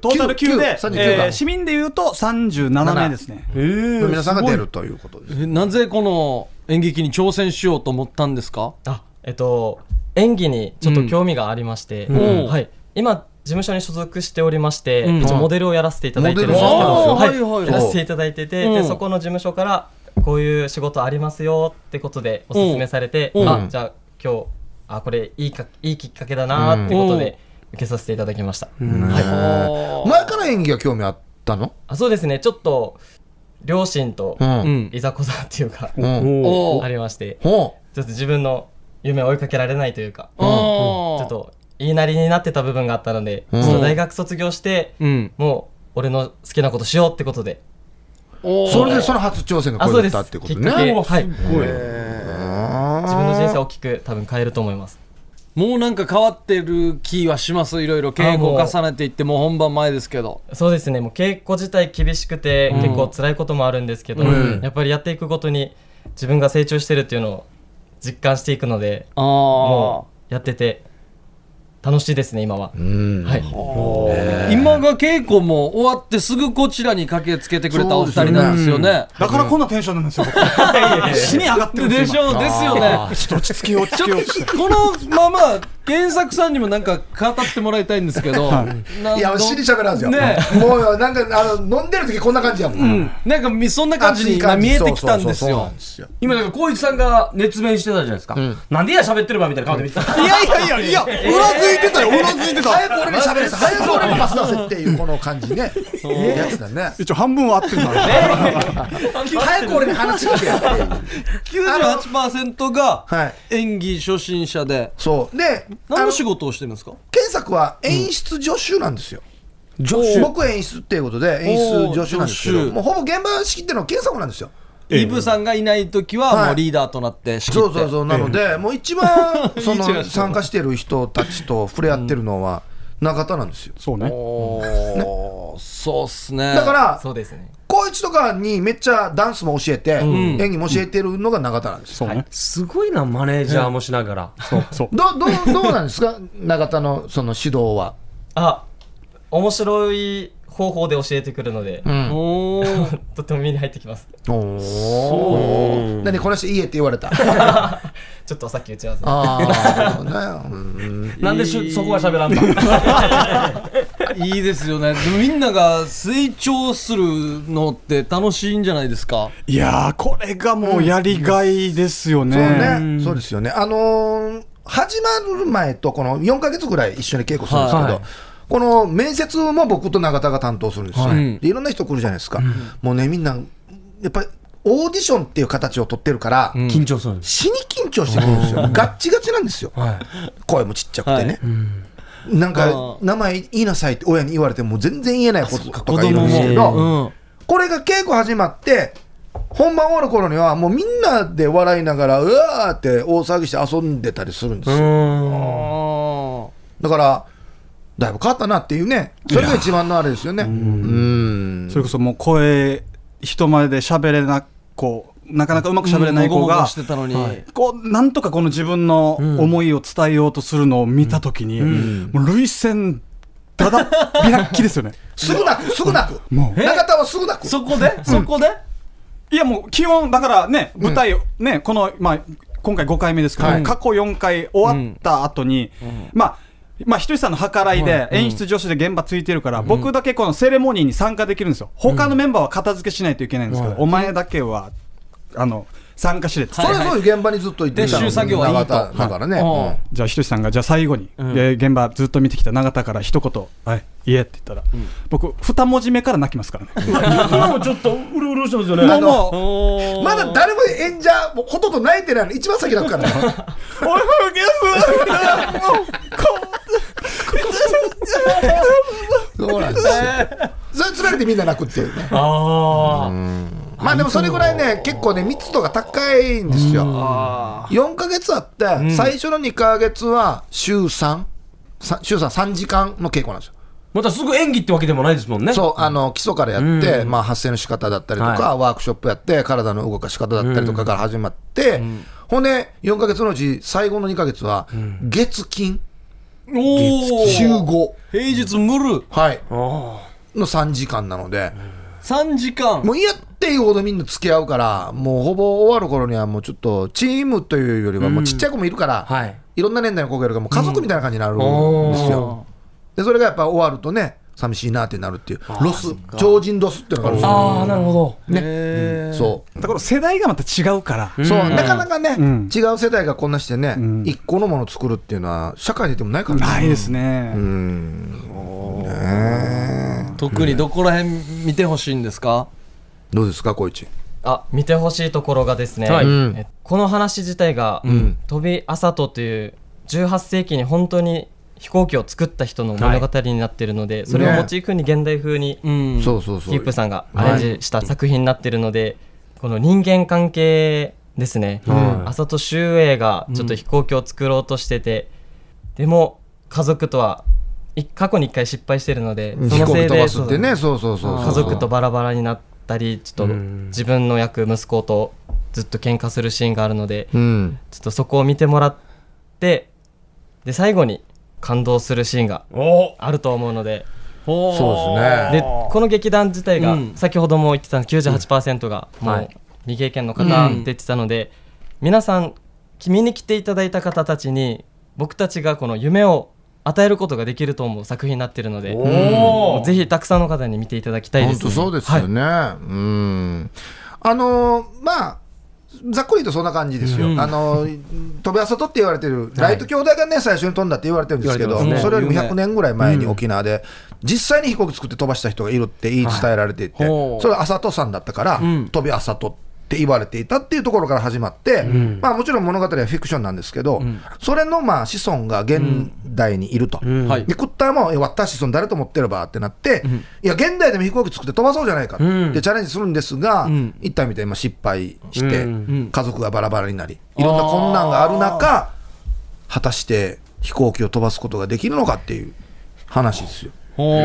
トータル
九
9で、
39
えー
だ
市民で言うと37名ですね。
の皆さんが出るということです。
えなぜこの演劇に挑戦しようと思ったんですか
あえっと演技にちょっと興味がありまして、
ん
はい、今事務所に所属しておりまして、
ん
一応モデルをやらせていただいてるんです
モデ
あ
ル
ー
はい
はいはいはい
やらせていただいてて、
う
で
ん
そこの事務所からこういう仕事ありますよってことでおすすめされて、
うん
あじゃあ今日あこれいいかいいきっかけだなってこと
うん
で受けさせていただきました、
は
前から演技は興味あったの
あそうですねちょっと両親と
いうん
いざこざっていうか、
うん
お
あ
ー
りまして
ほう
ちょっと自分の夢を追いかけられないというか、
あ
ちょ
ー
っと言いなりになってた部分があったので、ちょっと大学卒業して、
うん
もう俺の好きなことしようってことで、
それでその初挑戦が
あ
こ
そう
れだった
です
ってこ
き
と
っかけ、
ね。
はい、自分の人生
を
を大きく多分変えると思います。
もうなんか変わってる気はしますいろいろ稽古を
あーもう
重ねていってもう本番前ですけど
そうですねもう稽古自体厳しくて、結構辛いこともあるんですけど、
うん
やっぱりやっていくごとに自分が成長してるっていうのを実感していくので
あ
も
あ
うやってて楽しいですね今は、はい、
今が稽古も終わってすぐこちらに駆けつけてくれたお二人なんですよね
だからこんなテンションなんですよ。死に上がってるん
で
です
し
よ。
ょうですよね
ちょっと落ち着けよう、落ち着けよう。
ちょっとこのまま原作さんにもなんか語ってもらいたいんですけど
いや、しりしゃべらんすよ。
ね
もう、なんか、あの、飲んでる時こんな感じやもん。
なんかみそんな感じ
熱
に
い
今
感じ
見えてきたんです
そうそうそうそう
よ
なんですよ
今だから光一さんが熱弁してたじゃないですか、なんでや喋ってるばみたいな顔で見てた、
いやいやいや、いや、うなずいてたよ、うなずいてた。
早く俺に喋らせ、早く俺にパス出せっていうこの感じね。やつだね。
一応半分は合ってるんだね。
早く俺に話聞けよっていう。
98%が
はい。
演技初心者で
そう。で、
何
あ
の
の
仕事をしてるんですか
検索は演出助手なんですよ。僕演出っていうことで演出助手なんですけ
おー助
ど
手
もうほぼ現場仕切ってるのは検索なんですよ
イブさんがいない時はもうリーダーとなって仕切っ
そ
て
うそうそうなのでもう一 番そ
いい違いして
の
る
参加してる人たちと触れ合ってるのは中田なんですよ
そうね。
おーそうっすね
だから
そうですね
光一とかにめっちゃダンスも教えて演技も教えてるのが中田なんですよ
そうね。
すごいなマネージャーもしながら、
そう、そう。
どうどうどうなんですか中田のその指導は
あ面白い方法で教えてくるので、
うん
おー
とても身に入ってきます
おお何この人いいえって言わ れた
ちょっとさっき打ち合わせ
ああね
なんでしそこは喋らんの
いいですよねでもみんなが成長するのって楽しいんじゃないですか
いやー、これがもうやりがいですよ
そう
ね。
ね、そうですよね。あのー始まる前と、この4ヶ月ぐらい一緒に稽古するんですけど、この面接も僕と永田が担当するんですよ、
い
でいろんな人来るじゃないですか、もうね、みんな、やっぱりオーディションっていう形を取ってるから、
緊張するんです
死に緊張してくるんですよ、ガッチガチなんですよ、声もちっちゃくてね。なん
あ
か
ー
名前言いなさいって親に言われても全然言えない子とかいるんですけ
う
ど、
ん
これが稽古始まって、本番終わる頃には、もうみんなで笑いながら、うわーって大騒ぎして遊んでたりするんですよ。
あ
だから、だいぶ変わったなっていうね、それが一番のあれですよね。うん
それこそもう声、人前で喋れな、こう、なかなかうまく喋れない子
もごもご
が
し、てたのに
こうなんとかこの自分の思いを伝えようとするのを見たときに、もう涙腺、だだっ 開きですよね、
すぐ泣く、すぐ泣く。
もう
中田はすぐ泣く。
そこでそこで
いやもう、基本、だからね、舞台、ね、この、まあ、今回5回目ですけど、
はい
過去4回終わった後に、まあ、まあ、ひとしさんの計らいで、演出助手で現場ついてるから、僕だけこのセレモニーに参加できるんですよ、他のメンバーは片付けしないといけないんですけど、お前だけはあの参加しれって、
それそういう現場にずっと行ってた
練習作業はいいと
永田だからね。うん
じゃあ、ひとしさんが、じゃあ最後に、で現場ずっと見てきた永田から一言、はい、言えって言ったら、僕、二文字目から泣きますからね。
今もちょっとうるうるしてますよね
もう、も
おー
まだ誰も演者、もうほとんど泣いてないの、一番先だからね。
う、俺、ふげすもう、こ
そうなんですよ。それつられてみんな泣くっていうね。
ああ
まあでもそれぐらいね、結構ね、密度が高いんですよ。4ヶ月あって、最初の2ヶ月は週3、さ週3、3時間の稽古なんですよ。
またすぐ演技ってわけでもないですもんね。
そう、あの基礎からやって、まあ、発声の仕方だったりとか、
は
ワークショップやって、体の動かし方だったりとかから始まって、ほんで、4か月のうち、最後の2か月は、月金、
おー
週5、
平日無る
はい、
あ
の3時間なので、
3時間
もう嫌っていうほどみんな付き合うから、もうほぼ終わる頃には、もうちょっと、チームというよりは、もうちっちゃい子もいるから、、
あ。はいい。
ろんな年代の子がいるから、もう家族みたいな感じになるんですよ。でそれがやっぱ終わるとね寂しいなってなるっていうロス超人ロスっていうのがあるんですよ
ああ、なるほど。
そ
だから世代がまた違うから、
うそうなかなかね、
うん
違う世代がこんなしてね、
ん
一個のものを作るっていうのは社会にでもないから
ない
ね
ですね、
うん
特にどこら辺見てほしいんですか
どうですかこいち
あ見てほしいところがですね、
はい
うん
えこの話自体が、
ん
飛びあさとという18世紀に本当に飛行機を作った人の物語になっているので、それをモチーフに現代風に
うん
そうそうそう
キープさんがアレンジした作品になっているので、この人間関係ですね、
はい
あさと秀英がちょっと飛行機を作ろうとしてて、でも家族とはい過去に1回失敗してるので、そ
飛
の
行
せ
機飛
い
ば
です
ってねそうそうそうそう
家族とバラバラになったりちょっと自分の役息子とずっと喧嘩するシーンがあるので
うん
ちょっとそこを見てもらってで最後に感動するシーンが
お
あると思うので
ほう
そうですね
でこの劇団自体が
うん
先ほども言ってた98%がも
は
う
い
未経験の方って言ってたので皆さん見に来ていただいた方たちに僕たちがこの夢を与えることができると思う作品になってるので
お
もうぜひたくさんの方に見ていただきたいで
本
す
当そうですよね、うんあのーまあざっくり言うとそんな感じですよ、あのー飛び朝とって言われてる、ライト兄弟がね、最初に飛んだって言われてるんですけど、
言われてますね
それよりも
有名
100年ぐらい前に沖縄で、実際に飛行機作って飛ばした人がいるって言い伝えられていて、
はいほう
それは朝とさんだったから、
ん
飛び朝とって言われていたっていうところから始まって、まあ、もちろん物語はフィクションなんですけど、それのまあ子孫が現代にいると。
はい
でクッターもいや「私その誰と思ってれば」ってなって、いや現代でも飛行機作って飛ばそうじゃないかって、でチャレンジするんですが、
ん
一体みたいにまあ失敗して、
ん
家族がバラバラになりいろんな困難がある中果たして飛行機を飛ばすことができるのかっていう話ですよ。
ほう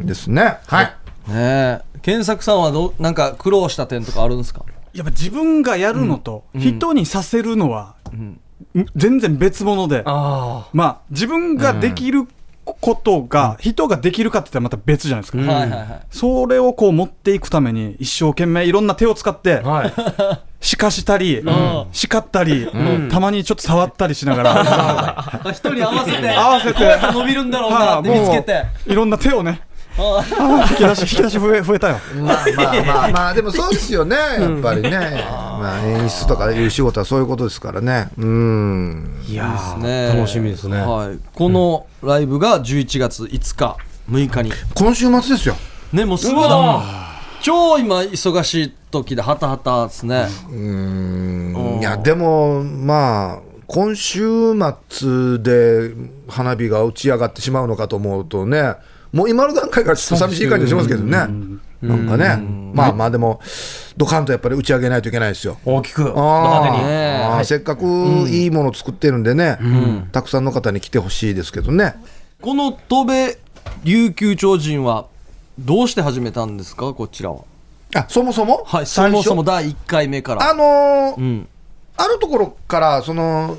ですね。はい、
ねえ健作さんはどうなんか苦労した点とかあるんですか
やっぱ自分がやるのと人にさせるのは全然別物で、
あ
まあ自分ができることが人ができるかって言ったらまた別じゃないですか、
うん
はいはいはい
それをこう持っていくために一生懸命いろんな手を使って
あ。はい。
しかした
ん
り、叱ったり、たまにちょっと触ったりしながら
一人に合わせて
合わせ
どうや
て
って伸びるんだろう
は
な
あ
って見つけて
いろんな手をね
あ
あー引き出し引き出し増え増えたよ
まあまあまあまあでもそうですよねやっぱりね、まあ、演出とかいう仕事はそういうことですからねうん
いやー
ねえ
楽しみですね。
はい、このライブが11月5日6日に
今週末ですよ
ねもうすぐ
うわ
だ超今忙しい時でハタハタですね
いやでもまあ今週末で花火が打ち上がってしまうのかと思うとねもう今の段階からちょっと寂しい感じがしますけどねなんかねまあまあでもドカンとやっぱり打ち上げないといけないですよ
大きく。ド
あ
派手に。
ね
あーせっかくいいものを作ってるんでね、たくさんの方に来てほしいですけどね、
この戸部琉球超人はどうして始めたんですかこちらは
あそもそも、
はいそ
最
も
初
そも第1回目から
あのー
うん
あるところからその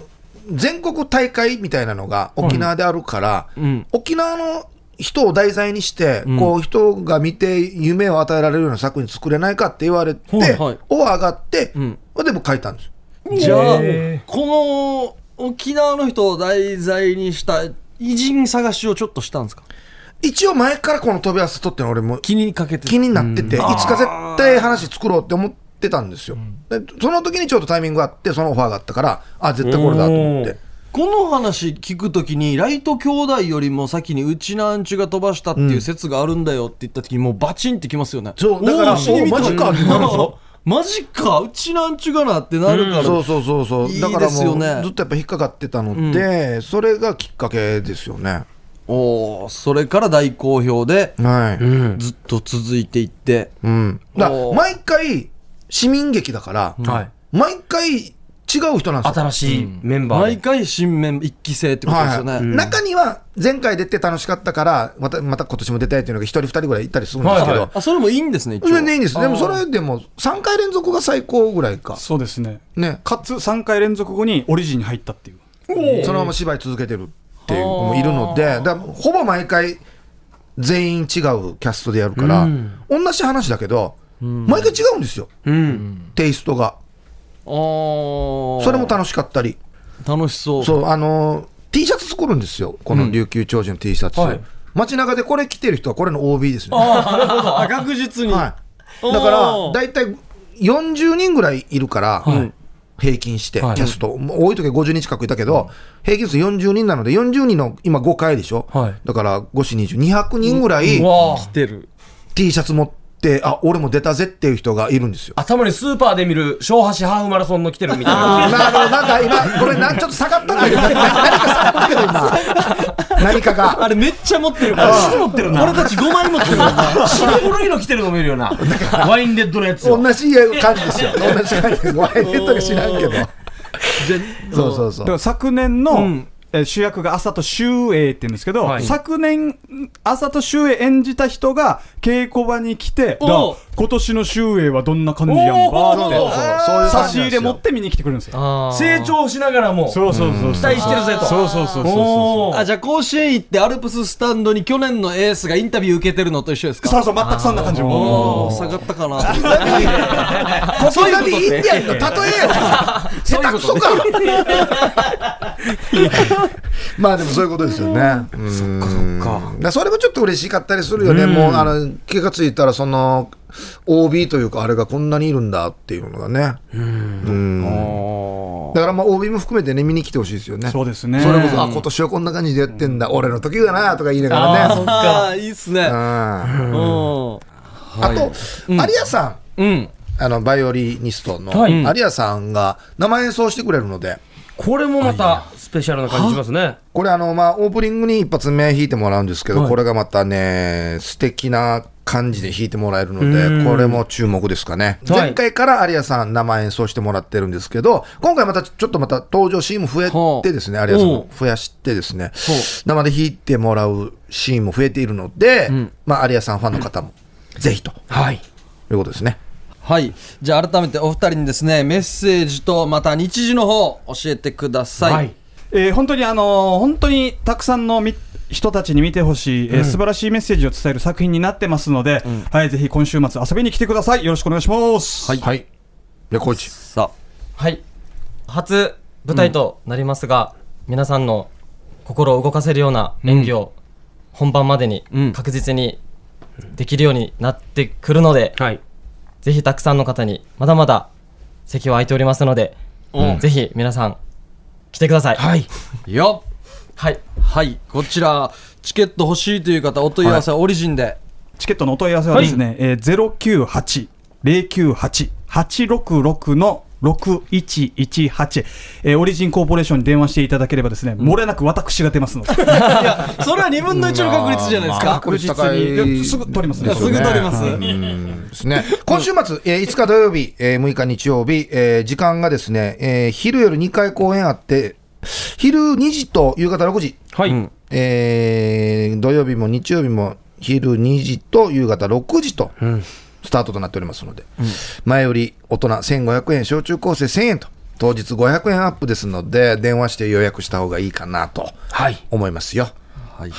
全国大会みたいなのが沖縄であるから、
うん
沖縄の人を題材にして、
ん
こう人が見て夢を与えられるような作品作れないかって言われて、
はいはい
オファーがあって、
うん
でも書いたんですよ。
じゃあ
へ
この沖縄の人を題材にした偉人探しをちょっとしたんですか
一応前からこの飛び合わせとっての俺も
気にかけて
気になってて、いつか絶対話作ろうって思ってたんですよ。でその時にちょっとタイミングがあってそのオファーがあったからあ絶対これだと思って。
この話聞くときにライト兄弟よりも先にうちのアンチが飛ばしたっていう説があるんだよって言ったときにもうバチンってきますよね
そうだから
おー不思議みたい
おマジかってなるでしょ
マジかうちのアンチがなってなるから、
そうそうそうそう
いい
だから
ですよ
もう
ね
ずっとやっぱ引っかかってたので、それがきっかけですよね
おーそれから大好評で
はい、うん
ずっと続いていって、
だから
おー
毎回市民劇だから、
はい
毎回違う人なんですよ。
新しいメンバー
毎
で。
回新メン一期生ってことですよね、
はい中には前回出て楽しかったからまたまた今年も出たいっていうのが一人二人ぐらいいたりするんですけど、
はいは
あそれもいいんですね一応
全然いいんですでもそれでも3回連続が最高ぐらいか
そうですね。
ね
かつ3回連続後にオリジンに入ったっていう。
そのまま芝居続けてるっていう子もいるのでだからほぼ毎回全員違うキャストでやるから、同じ話だけど、毎回違うんですよ、テイストが
そ
それも楽しかったり
楽しそう
そうあのー T シャツ作るんですよこの琉球長寿の T シャツ、街中でこれ着てる人はこれの OB ですね
あ確実に、
はい、だから
おー
大体40人ぐらいいるから、平均して、キャスト、もう多い時は50人近くいたけど、平均数40人なので、40人の今5回でしょ、
はい
だから5四20、200人ぐらい、
わ
来てる
T シャツ持って、あ俺も出たぜっていう人がいるんですよ。
あ、たまにスーパーで見る、小橋ハーフマラソンの来てるみたい
な
な。
るほど、なんか今、これなん、ちょっと下がったんだけ ど、何か下がったけど、今、何かが。
あれめっちゃ持ってるから持ってる俺たち5枚持ってる
白黒いの着てるの見るよな。ワインレッドのやつを。
同じ感じですよ。同じ感じです。ワインレッドが知らんけど。そうそうそ
だ
う
か。ら昨年の、
ん
えー主役が朝と秀英って言うんですけど、
はい
昨年、朝と秀英演じた人が稽古場に来て、だ
おう
今年の秀英はどんな感じや
そ
ん
う
か
そうそ
っ
う
て、
そういう感じなんですよ
差し入れ持って見に来てくるんですよ。
あー
成長しながらも、期
そうそうそうそう。期
待してるぜと。
そうそうそうそう
お
そ
ー
あじゃあ甲子園行ってアルプススタンドに去年のエースがインタビュー受けてるのと一緒です
う。そ
か
うそう、全くそんな感じ。
おー下がったかな
そういうことインディアンの例えよ。 下手くそか。 まあでもそういうことですよね。そっかそっか。だらそれもちょっと嬉しかったりするよね。もうあの気がついたらその OB というかあれがこんなにいるんだっていうのがね。うんだからまあ OB も含めてね見に来てほしいですよね。
そうですね。
それこそあ今年はこんな感じでやってんだ。俺の時だなとか言いなが
あー
ら
そっ
ね。
あ
か。
ーいいっすね
うん
うん
あと有谷さん。
うん
あのバイオリニストの
はい
有谷さんが生演奏してくれるので、
これもまたスペシャルな感じしますね。
これあの、まあ、オープニングに一発目弾いてもらうんですけど、これがまたね、素敵な感じで弾いてもらえるので、これも注目ですかね。
はい
前回から有谷さん生演奏してもらってるんですけど、今回またちょっとまた登場シーンも増えてですね、有谷さんも増やしてですね、生で弾いてもらうシーンも増えているので、まあ、有谷さんファンの方も、ぜひと。はい。いうことですね。
はいじゃあ改めてお二人にですねメッセージとまた日時の方教えてください、
はい
えー本当にあのー本当にたくさんのみ人たちに見てほしい、えー素晴らしいメッセージを伝える作品になってますので、はい、ぜひ今週末遊びに来てください。よろしくお願いします。
はい。はい。で、コーチ。
さ
はい初舞台となりますが、皆さんの心を動かせるような演技を本番までに
うん
確実にできるようになってくるので、
はい。
ぜひたくさんの方にまだまだ席は空いておりますので、ぜひ皆さん来てください。はい、
あよっ
はい、
はいこちらチケット欲しいという方お問い合わせはオリジンで、
チケットのお問い合わせはですね、えー、098-098-866の6118、えーオリジンコーポレーションに電話していただければですね、漏れなく私が出ますので、
い や、それは2分の1の確率じゃないですか。
これ
確実にいやすぐ取りますね。
すぐ取ります。
ですね。今週末、えー5日土曜日、えー6日日曜日、えー時間がですね、えー昼夜2回公演あって、昼2時と夕方6時、
はい。
えー土曜日も日曜日も昼2時と夕方6時と、スタートとなっておりますので、前より大人1500円、小中高生1000円と、当日500円アップですので、電話して予約した方がいいかなと
はい。
思いますよ。
はい。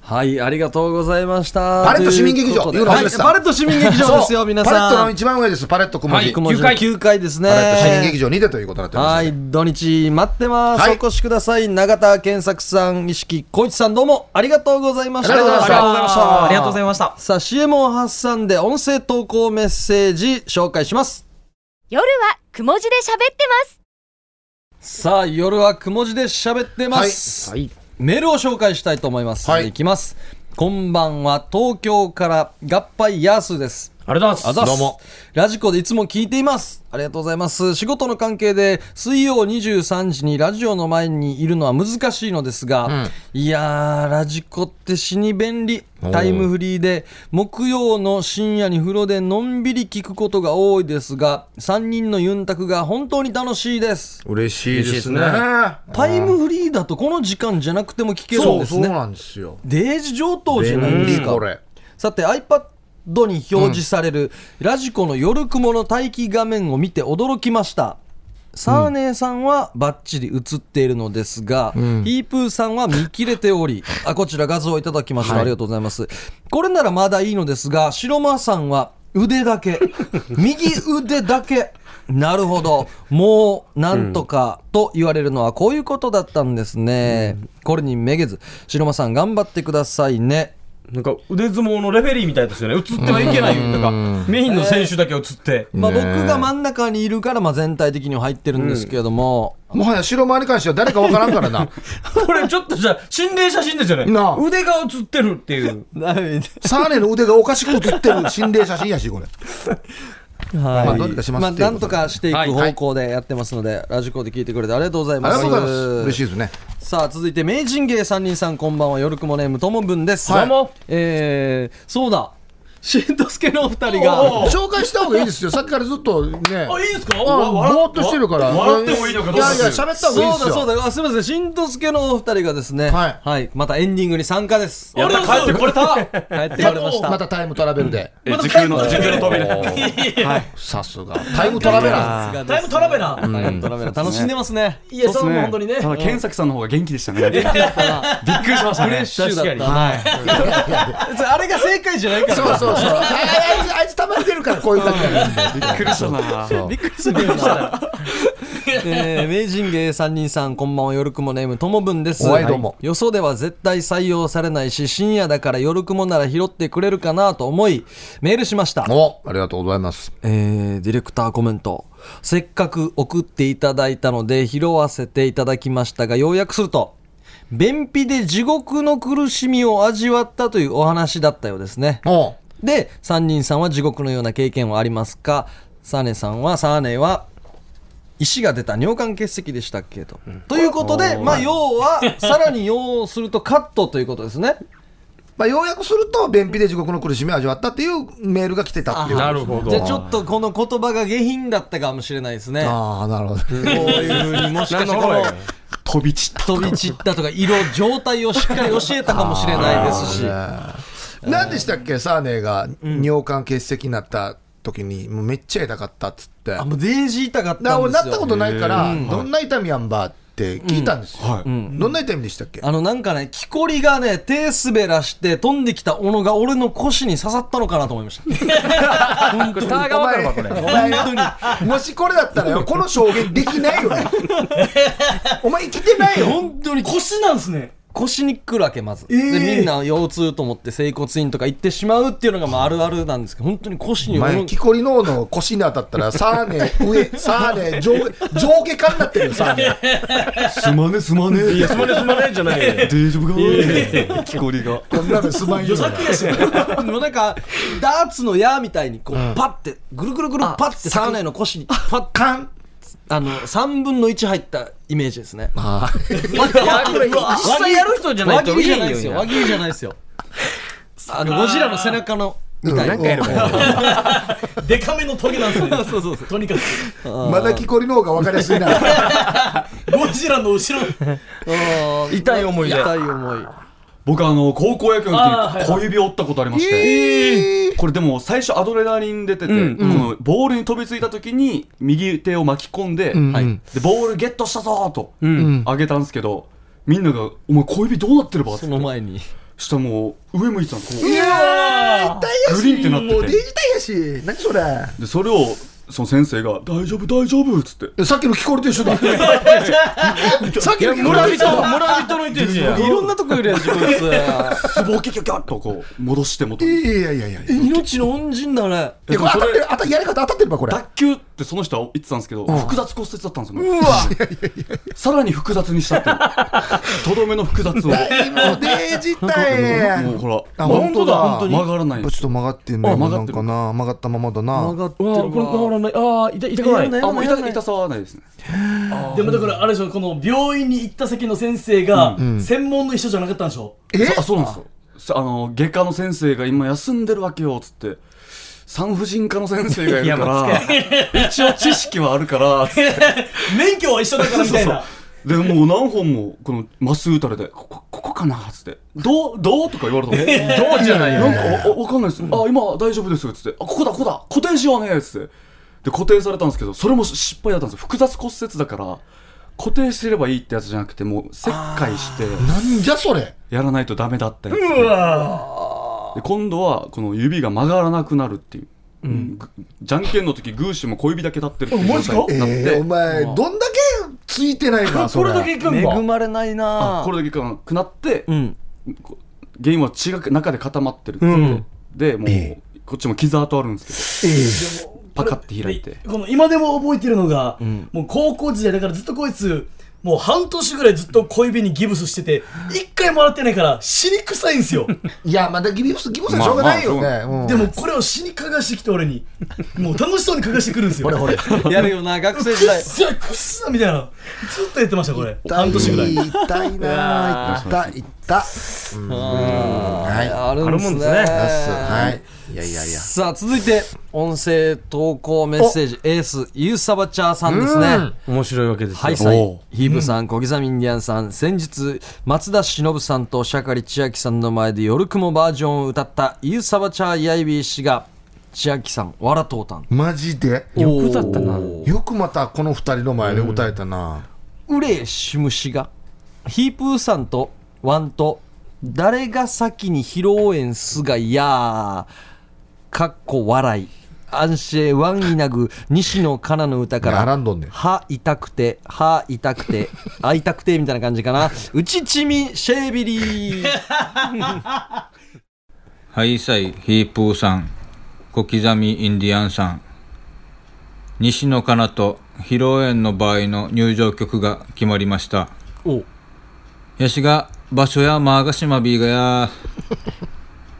はい、ありがとうございました。
パレット市民劇場
とい
言
う
う
こ
の
と
忘
ではい
れてた
パレット市民劇場ですよ、皆さん。
パレットの一番上です、パレット雲
はい
字。
雲
九回
9回ですね。
パレット市民劇場にてということになっておりますの
は
で。
い、土日待ってます。
はい
お越しください。永田健作さん、石木浩一さん、どうもありがとうございました。
ありがとうございました
ありがとうございました。
さあ、CM を挟んで音声投稿メッセージ紹介します。
夜はくも字で喋ってます
さあ、夜はくも字で喋ってます。
はい。
メールを紹介したいと思います。
はい
い、きます。こんばんは、東京から合杯ヤースです。
ありがとうございます。
どうも。ラジコでいつも聞いています。ありがとうございます。仕事の関係で、水曜23時にラジオの前にいるのは難しいのですが、いやー、ラジコって死に便利。タイムフリーで、木曜の深夜に風呂でのんびり聞くことが多いですが、3人のユンタクが本当に楽しいです。
嬉しいですね
嬉しいで
タイムフリーだとこの時間じゃなくても聞けるん
そう
です
そう
ね。
なんですよ
デージ上等じゃない
便
です
利
か。
これ
さて iPad に表示される、ラジコの夜雲の待機画面を見て驚きましたサーネーさんはバッチリ映っているのですが、ヒープーさんは見切れておりあこちら画像をいただきました、ありがとうございますこれならまだいいのですが白間さんは腕だ け右腕だけなるほどもうなんとかと言われるのはこういうことだったんですね、これにめげず白間さん頑張ってくださいね
なんか腕相撲のレフェリーみたいですよね。映ってはいけないよ。なんかメインの選手だけ映って。
まあ、
ね
僕
え
が真ん中にいるから、まあ、全体的には入ってるんですけれども、
もはや白間に関しては誰かわからんからな
これちょっとじゃあ心霊写真ですよね。
なあ
腕が映ってるっていう。
サーネの腕がおかしく映ってる心霊写真やしこれ
はい
まあどうにかします
まあ
っていう
な
こと
んとかしていく方向でやってますので、ラジコで聞いてくれてありがとうござい
あ
ま
り
す。
がとうございます嬉しいですね
さあ続いて名人芸三人さんこんばんは夜雲ネームともぶんです。
はいど
うも
えーそうだしんとすけのお二人
お
が
ー
紹介した方がいいですよさっきからずっとね
あ、いいですか
あぼーっとしてるから
笑ってもいいのかどう
いや
か
いや喋った
そう
方がいいです
だ
よ
そうだあすみませんしんとすけのお二人がですね
はい
またエンディングに参加です
やった帰ってこれた
帰ってこれました
またタイムトラベルで
え時空の時空の扉
さすがタイムトラベ
さ
ラー
すがです
タイムトラベラー
タイムトラベラー楽しんでますね
いやそれも本当にね
ただ健作さんの方が元気でしたねびっくりしましたね
シューだったな別にあれが正解 じゃないから
そうそうそうあああいつあいつたまに出るからこういう感じなんだよ
びっくりしたな
そう
びっくりするよな えー名人芸三人さんこんばんは夜雲ネームともぶんです
はいどうも
よそでは絶対採用されないし深夜だから夜雲なら拾ってくれるかなと思いメールしました
おありがとうございます
えーディレクターコメントせっかく送っていただいたので拾わせていただきましたが要約すると便秘で地獄の苦しみを味わったというお話だったようですね
お
で三人さんは地獄のような経験はありますかサーネさんはサーネは石が出た尿管結石でしたっけと、ということでまあ要はさらに要するとカットということですね
まあ、要約すると便秘で地獄の苦しみを味わったっていうメールが来てたっていう
なるほど。
じゃあちょっとこの言葉が下品だったかもしれないですねこ
ああなるほど
ういうふうにもしかしたらこの
飛び散った
飛び散ったとか色状態をしっかり教えたかもしれないです し
何でしたっけサーネーが尿管結石になった時にもうめっちゃ痛かったっつってだ
あ
か
もうデージ痛かったんです
ら
よ
俺なったことないからどんな痛みやんばって聞いたんですよ
う
どんな痛みでしたっけ
あのなんかね木こりがね手滑らして飛んできた斧が俺の腰に刺さったのかなと思いました
これターが
お
わか
前
るわ、これ。
お前もしこれだったらよこの証言できないよねお前生きてないよ
本当に
腰なんすね
腰に来るわけまず、
え
で
え
みんな腰痛と思って整骨院とか行ってしまうっていうのがまああるあるなんですけど本当に腰に
前木こり脳の腰に当た ったらサーネー上サーネー上上下下になってるよサーネー
すまねすまね
いや、すまねえすまねえじゃ ないよ。
大丈夫か木こりが
こんなのすまんよな
もうなんかダーツの矢みたいにこう、パッてぐるぐるぐるパッてサウナの腰にパッ
カン
あの3分の1入ったイメージですね
あー
実際やる人じゃない
和
と
牛じ
いい
ゃないですよ和
よ。
牛じゃないですよあのゴジラの背中のみたいな、
うんなんかや
デカめのトゲなんすね
そうそうそう
とにかく
まだ木こりの方が分かりやすいな。
ゴジラの後ろ
うん
痛い思いで
痛い思い
僕あの高校野球の
あーはい
時に小指折ったことありまして、これでも最初アドレナリン出てて、このボールに飛びついた時に右手を巻き込んで,、
はい
でボールゲットしたぞーと上げたんですけど、みんなが「お前小指どうなってるば?」って
その前に
したらもう上向いてたのこ
いやー痛いやし
グリンってなってて
もうデージ痛いやし何それ
うでそれをその先生が「大丈夫大丈夫」っつって。
さっきの木こりと一緒 ださっきの木こ
村
りと一緒
人、
だ
村人の意見じゃん。
いろんなとこいるやん自分
スボキョキョキョッとこう戻して元
いやい
に
やいやいやいや
命の恩人だね
これ当たってる当たやり方当たってるばこれ
卓球
ってその人は言ってたんですけど、複雑骨折だったんですよ、 ね、うわさらに複雑にしたっていうとどめの複雑を
もうデジタイ
もうほら
あ本当だ
本当に曲がらないん
ちょ
で
っ
す
と曲がってんね
あ曲
な
がっ
ん
てる
かな曲がったままだな
がって
うわこれ治らないああ痛い痛く
や
ない
らない
あもう痛痛さはないですね
でもだからあれでしょこの病院に行った先の先生が専門の人じゃなかったんでしょ、
え
そあそうなんですよさあの外科の先生が今休んでるわけよっつって産婦人科の先生がいるから一応知識はあるからつって
免許は一緒だからみたいな
でもう何本もこの麻酔打たれてここここかなっつって「どうどう?」とか言われたのどうじゃないよなんかわわかんないです、あ今大丈夫ですよっつって「あここだここだ固定しようね」っつってで固定されたんですけどそれも失敗だったんですよ複雑骨折だから固定すればいいってやつじゃなくてもう切開して
なんじゃそれ
やらないとダメだったやつでで今度はこの指が曲がらなくなるっていう、ぐじゃんけんの時グーシーも小指だけ立ってるっていう状態になって、
えーお前どんだけついてないかそ
こ
れ
れだけ行くん
恵
だ
まれないな
あ
あ
これだけいかなくなって、
うん
こ原因は血が中で固まってるっつっ
う
て、
ん
でもう、
え
こっちも傷跡あるんですけど、パカって開いて
でこの今でも覚えてるのが、もう高校時代だからずっとこいつもう半年ぐらいずっと小指にギブスしてて一回もらってないから死に臭いんですよ
いやまだギリギリギブスはしょうがないよ
まあ
ねうん
でもこれを死にかがしてきて俺にもう楽しそうにかがしてくるんですよほれほれ
やるよな学
く
生
っ
時代
さくっさみたいなずっとやってましたこれ
痛い
半年ぐらい
痛いな痛い痛い痛いうんはい
あるんですね
はいいやいやいや
さあ続いて音声投稿メッセージエースユーサバチャーさんですね、
面白いわけですよ
はい、さ
おう
い、ヒーブさん、小刻みインディアンさん、先日、松田忍さんとシャカリ千秋さんの前で夜雲バージョンを歌った、ユーサバチャーイアイビー氏が、千秋さん、わらとうたん。
マジで
よくだったな。
よくまたこの二人の前で歌えたな
うれし虫が、ヒープーさんとワンと、誰が先に披露宴すがやー、かっこ笑い。アンシェワンイナグ西野カナの歌から
並んどんねん
ハイサイ、ヒープーさん、小刻みインディアンさん、西野カナと披露宴の場合の入場曲が決まりました。
お
ヤシが場所やマーガシマビーガ や、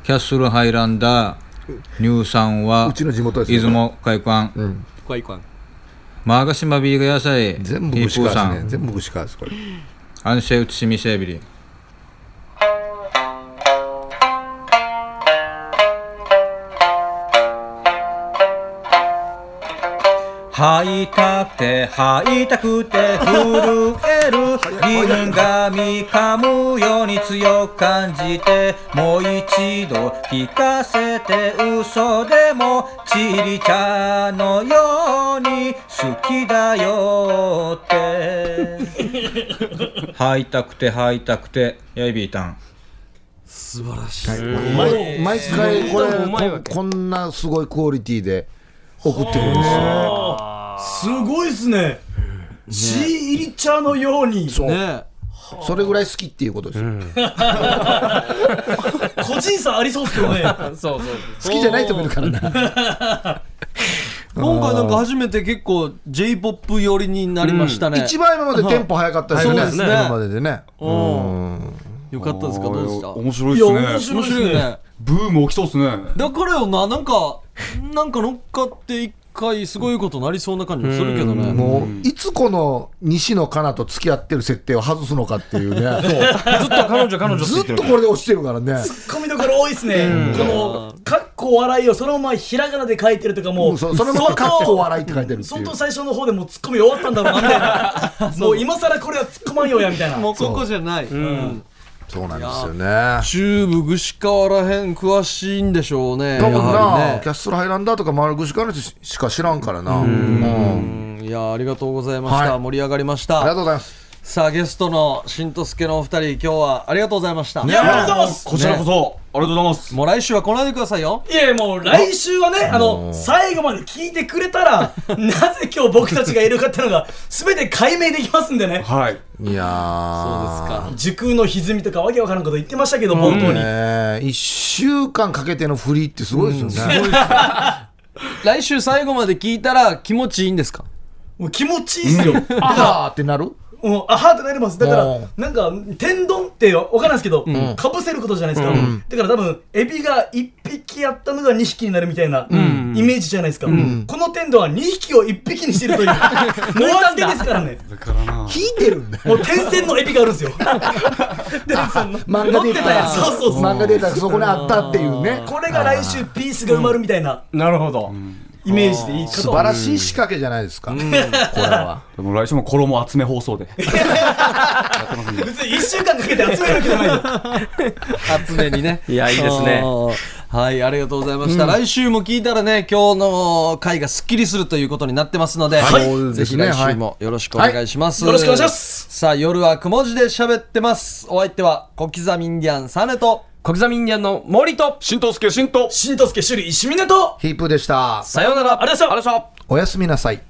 キャッスルハイランダー、乳酸は
うちの地元です
出
よ
雲会館、
こいこい
マーガシマビーガ野菜、ヒ
全部
ー
牛
プーさ
川ですね
ん、
全部牛川ですこれ
アンシェウチシミシェービリ。吐いたくて吐いたくて震える銀紙噛むように強く感じてもう一度聞かせて嘘でもちりちゃんのように好きだよって吐いたくて吐いたくてやいびーたん
素晴らしい、
毎毎回これ
うまいわ
こ
け
こんなすごいクオリティで送ってくるんですよ
すごいっすね血入り茶のように
そう
ね
それぐらい好きっていうことですよ
個人差ありそうっす けどね
そうそう
好きじゃないと思うからな
今回なんか初めて結構 j p o p 寄りになりましたね、
一番今までテンポ早かったですよね
はいそうですね
今まででねうん
よかったですかどうでした
あー面白
い
いで
や
すね
面
面白いっす
白いよ
ね
ね
ブーム起きそうですね
だからよななんかなんか乗っかって一回すごいことなりそうな感じもするけどね
もういつこの西野カナと付き合ってる設定を外すのかっていうね
ずっと彼女彼女って
ず
言
っ
って
と
る
これで落ちてるからね
ツッコミどころ多いっすね、このかっこ笑いをそのままひらがなで書いてるとかもう、
うんそそのまま「かっこ笑い」って書いてるってい
相
う
当最初の方でもうツッコミ終わったんだろうなみたいなもう今更これはツッコまんようやみたいな
もうここじゃない、うん
そうなんですよね
中部串川らへん詳しいんでしょうね
多分
や
な、
は
キャッスルハイランダーとかマルグシカの人しか知らんからなうん
りねうんいやありがとうございました、
はい
盛り上がりまし
ありが
た
とうございます
さあゲストのしんとすけのお二人今日はありがとうございました
いやありがとうございます
こちらこそ、ありがとうございます
もう来週は来ないでくださいよ
いやもう来週はねあの最後まで聞いてくれた らなぜ今日僕たちがいるかっていうのが全て解明できますんでね
はい
いやー
時空の歪みとかわけわからんこと言ってましたけど冒頭に、
ねえ1週間かけてのフリーってすごいですよね、
来週最後まで聞いたら気持ちいいんですか
もう気持ちいいっすよ。
あはーってなる
うん、あはーってなります。だか
う
ら
ん、
なんか、天丼ってわからないですけど、かぶせることじゃないですか。だから多分、エビが1匹やったのが2匹になるみたいなイメージじゃないですか。この天丼は2匹を1匹にして るという、燃えたけですからね。
聞いてる んだ
もう天線のエビがあるんですよ。デルさんの。
漫画
乗
で言
って
ったた
や
ら
つ。そうそうそう。
漫画で言ったらそこにあったっていうね
これが来週ピースが埋まるみたいな
なるほど。
イメージでいいかと
素晴らしい仕掛けじゃないですか、これは
でも来週も衣集め放送で。
別に1週間かけて集めるわけじゃないよ。
集めにねい
やいいですね
はいありがとうございました、来週も聞いたらね今日の回がすっきりするということになってますので、
はい
ぜひ来週もよろしくお願いします、
はいよろしくお願いします
さあ夜はくも字で喋ってますお相手は小刻みインディアンサネと
小刻みインディアンの森と、
新藤助新藤
新藤助首里石峰と
ヒープーでした
さようなら。ありがとうございました。
おやすみなさい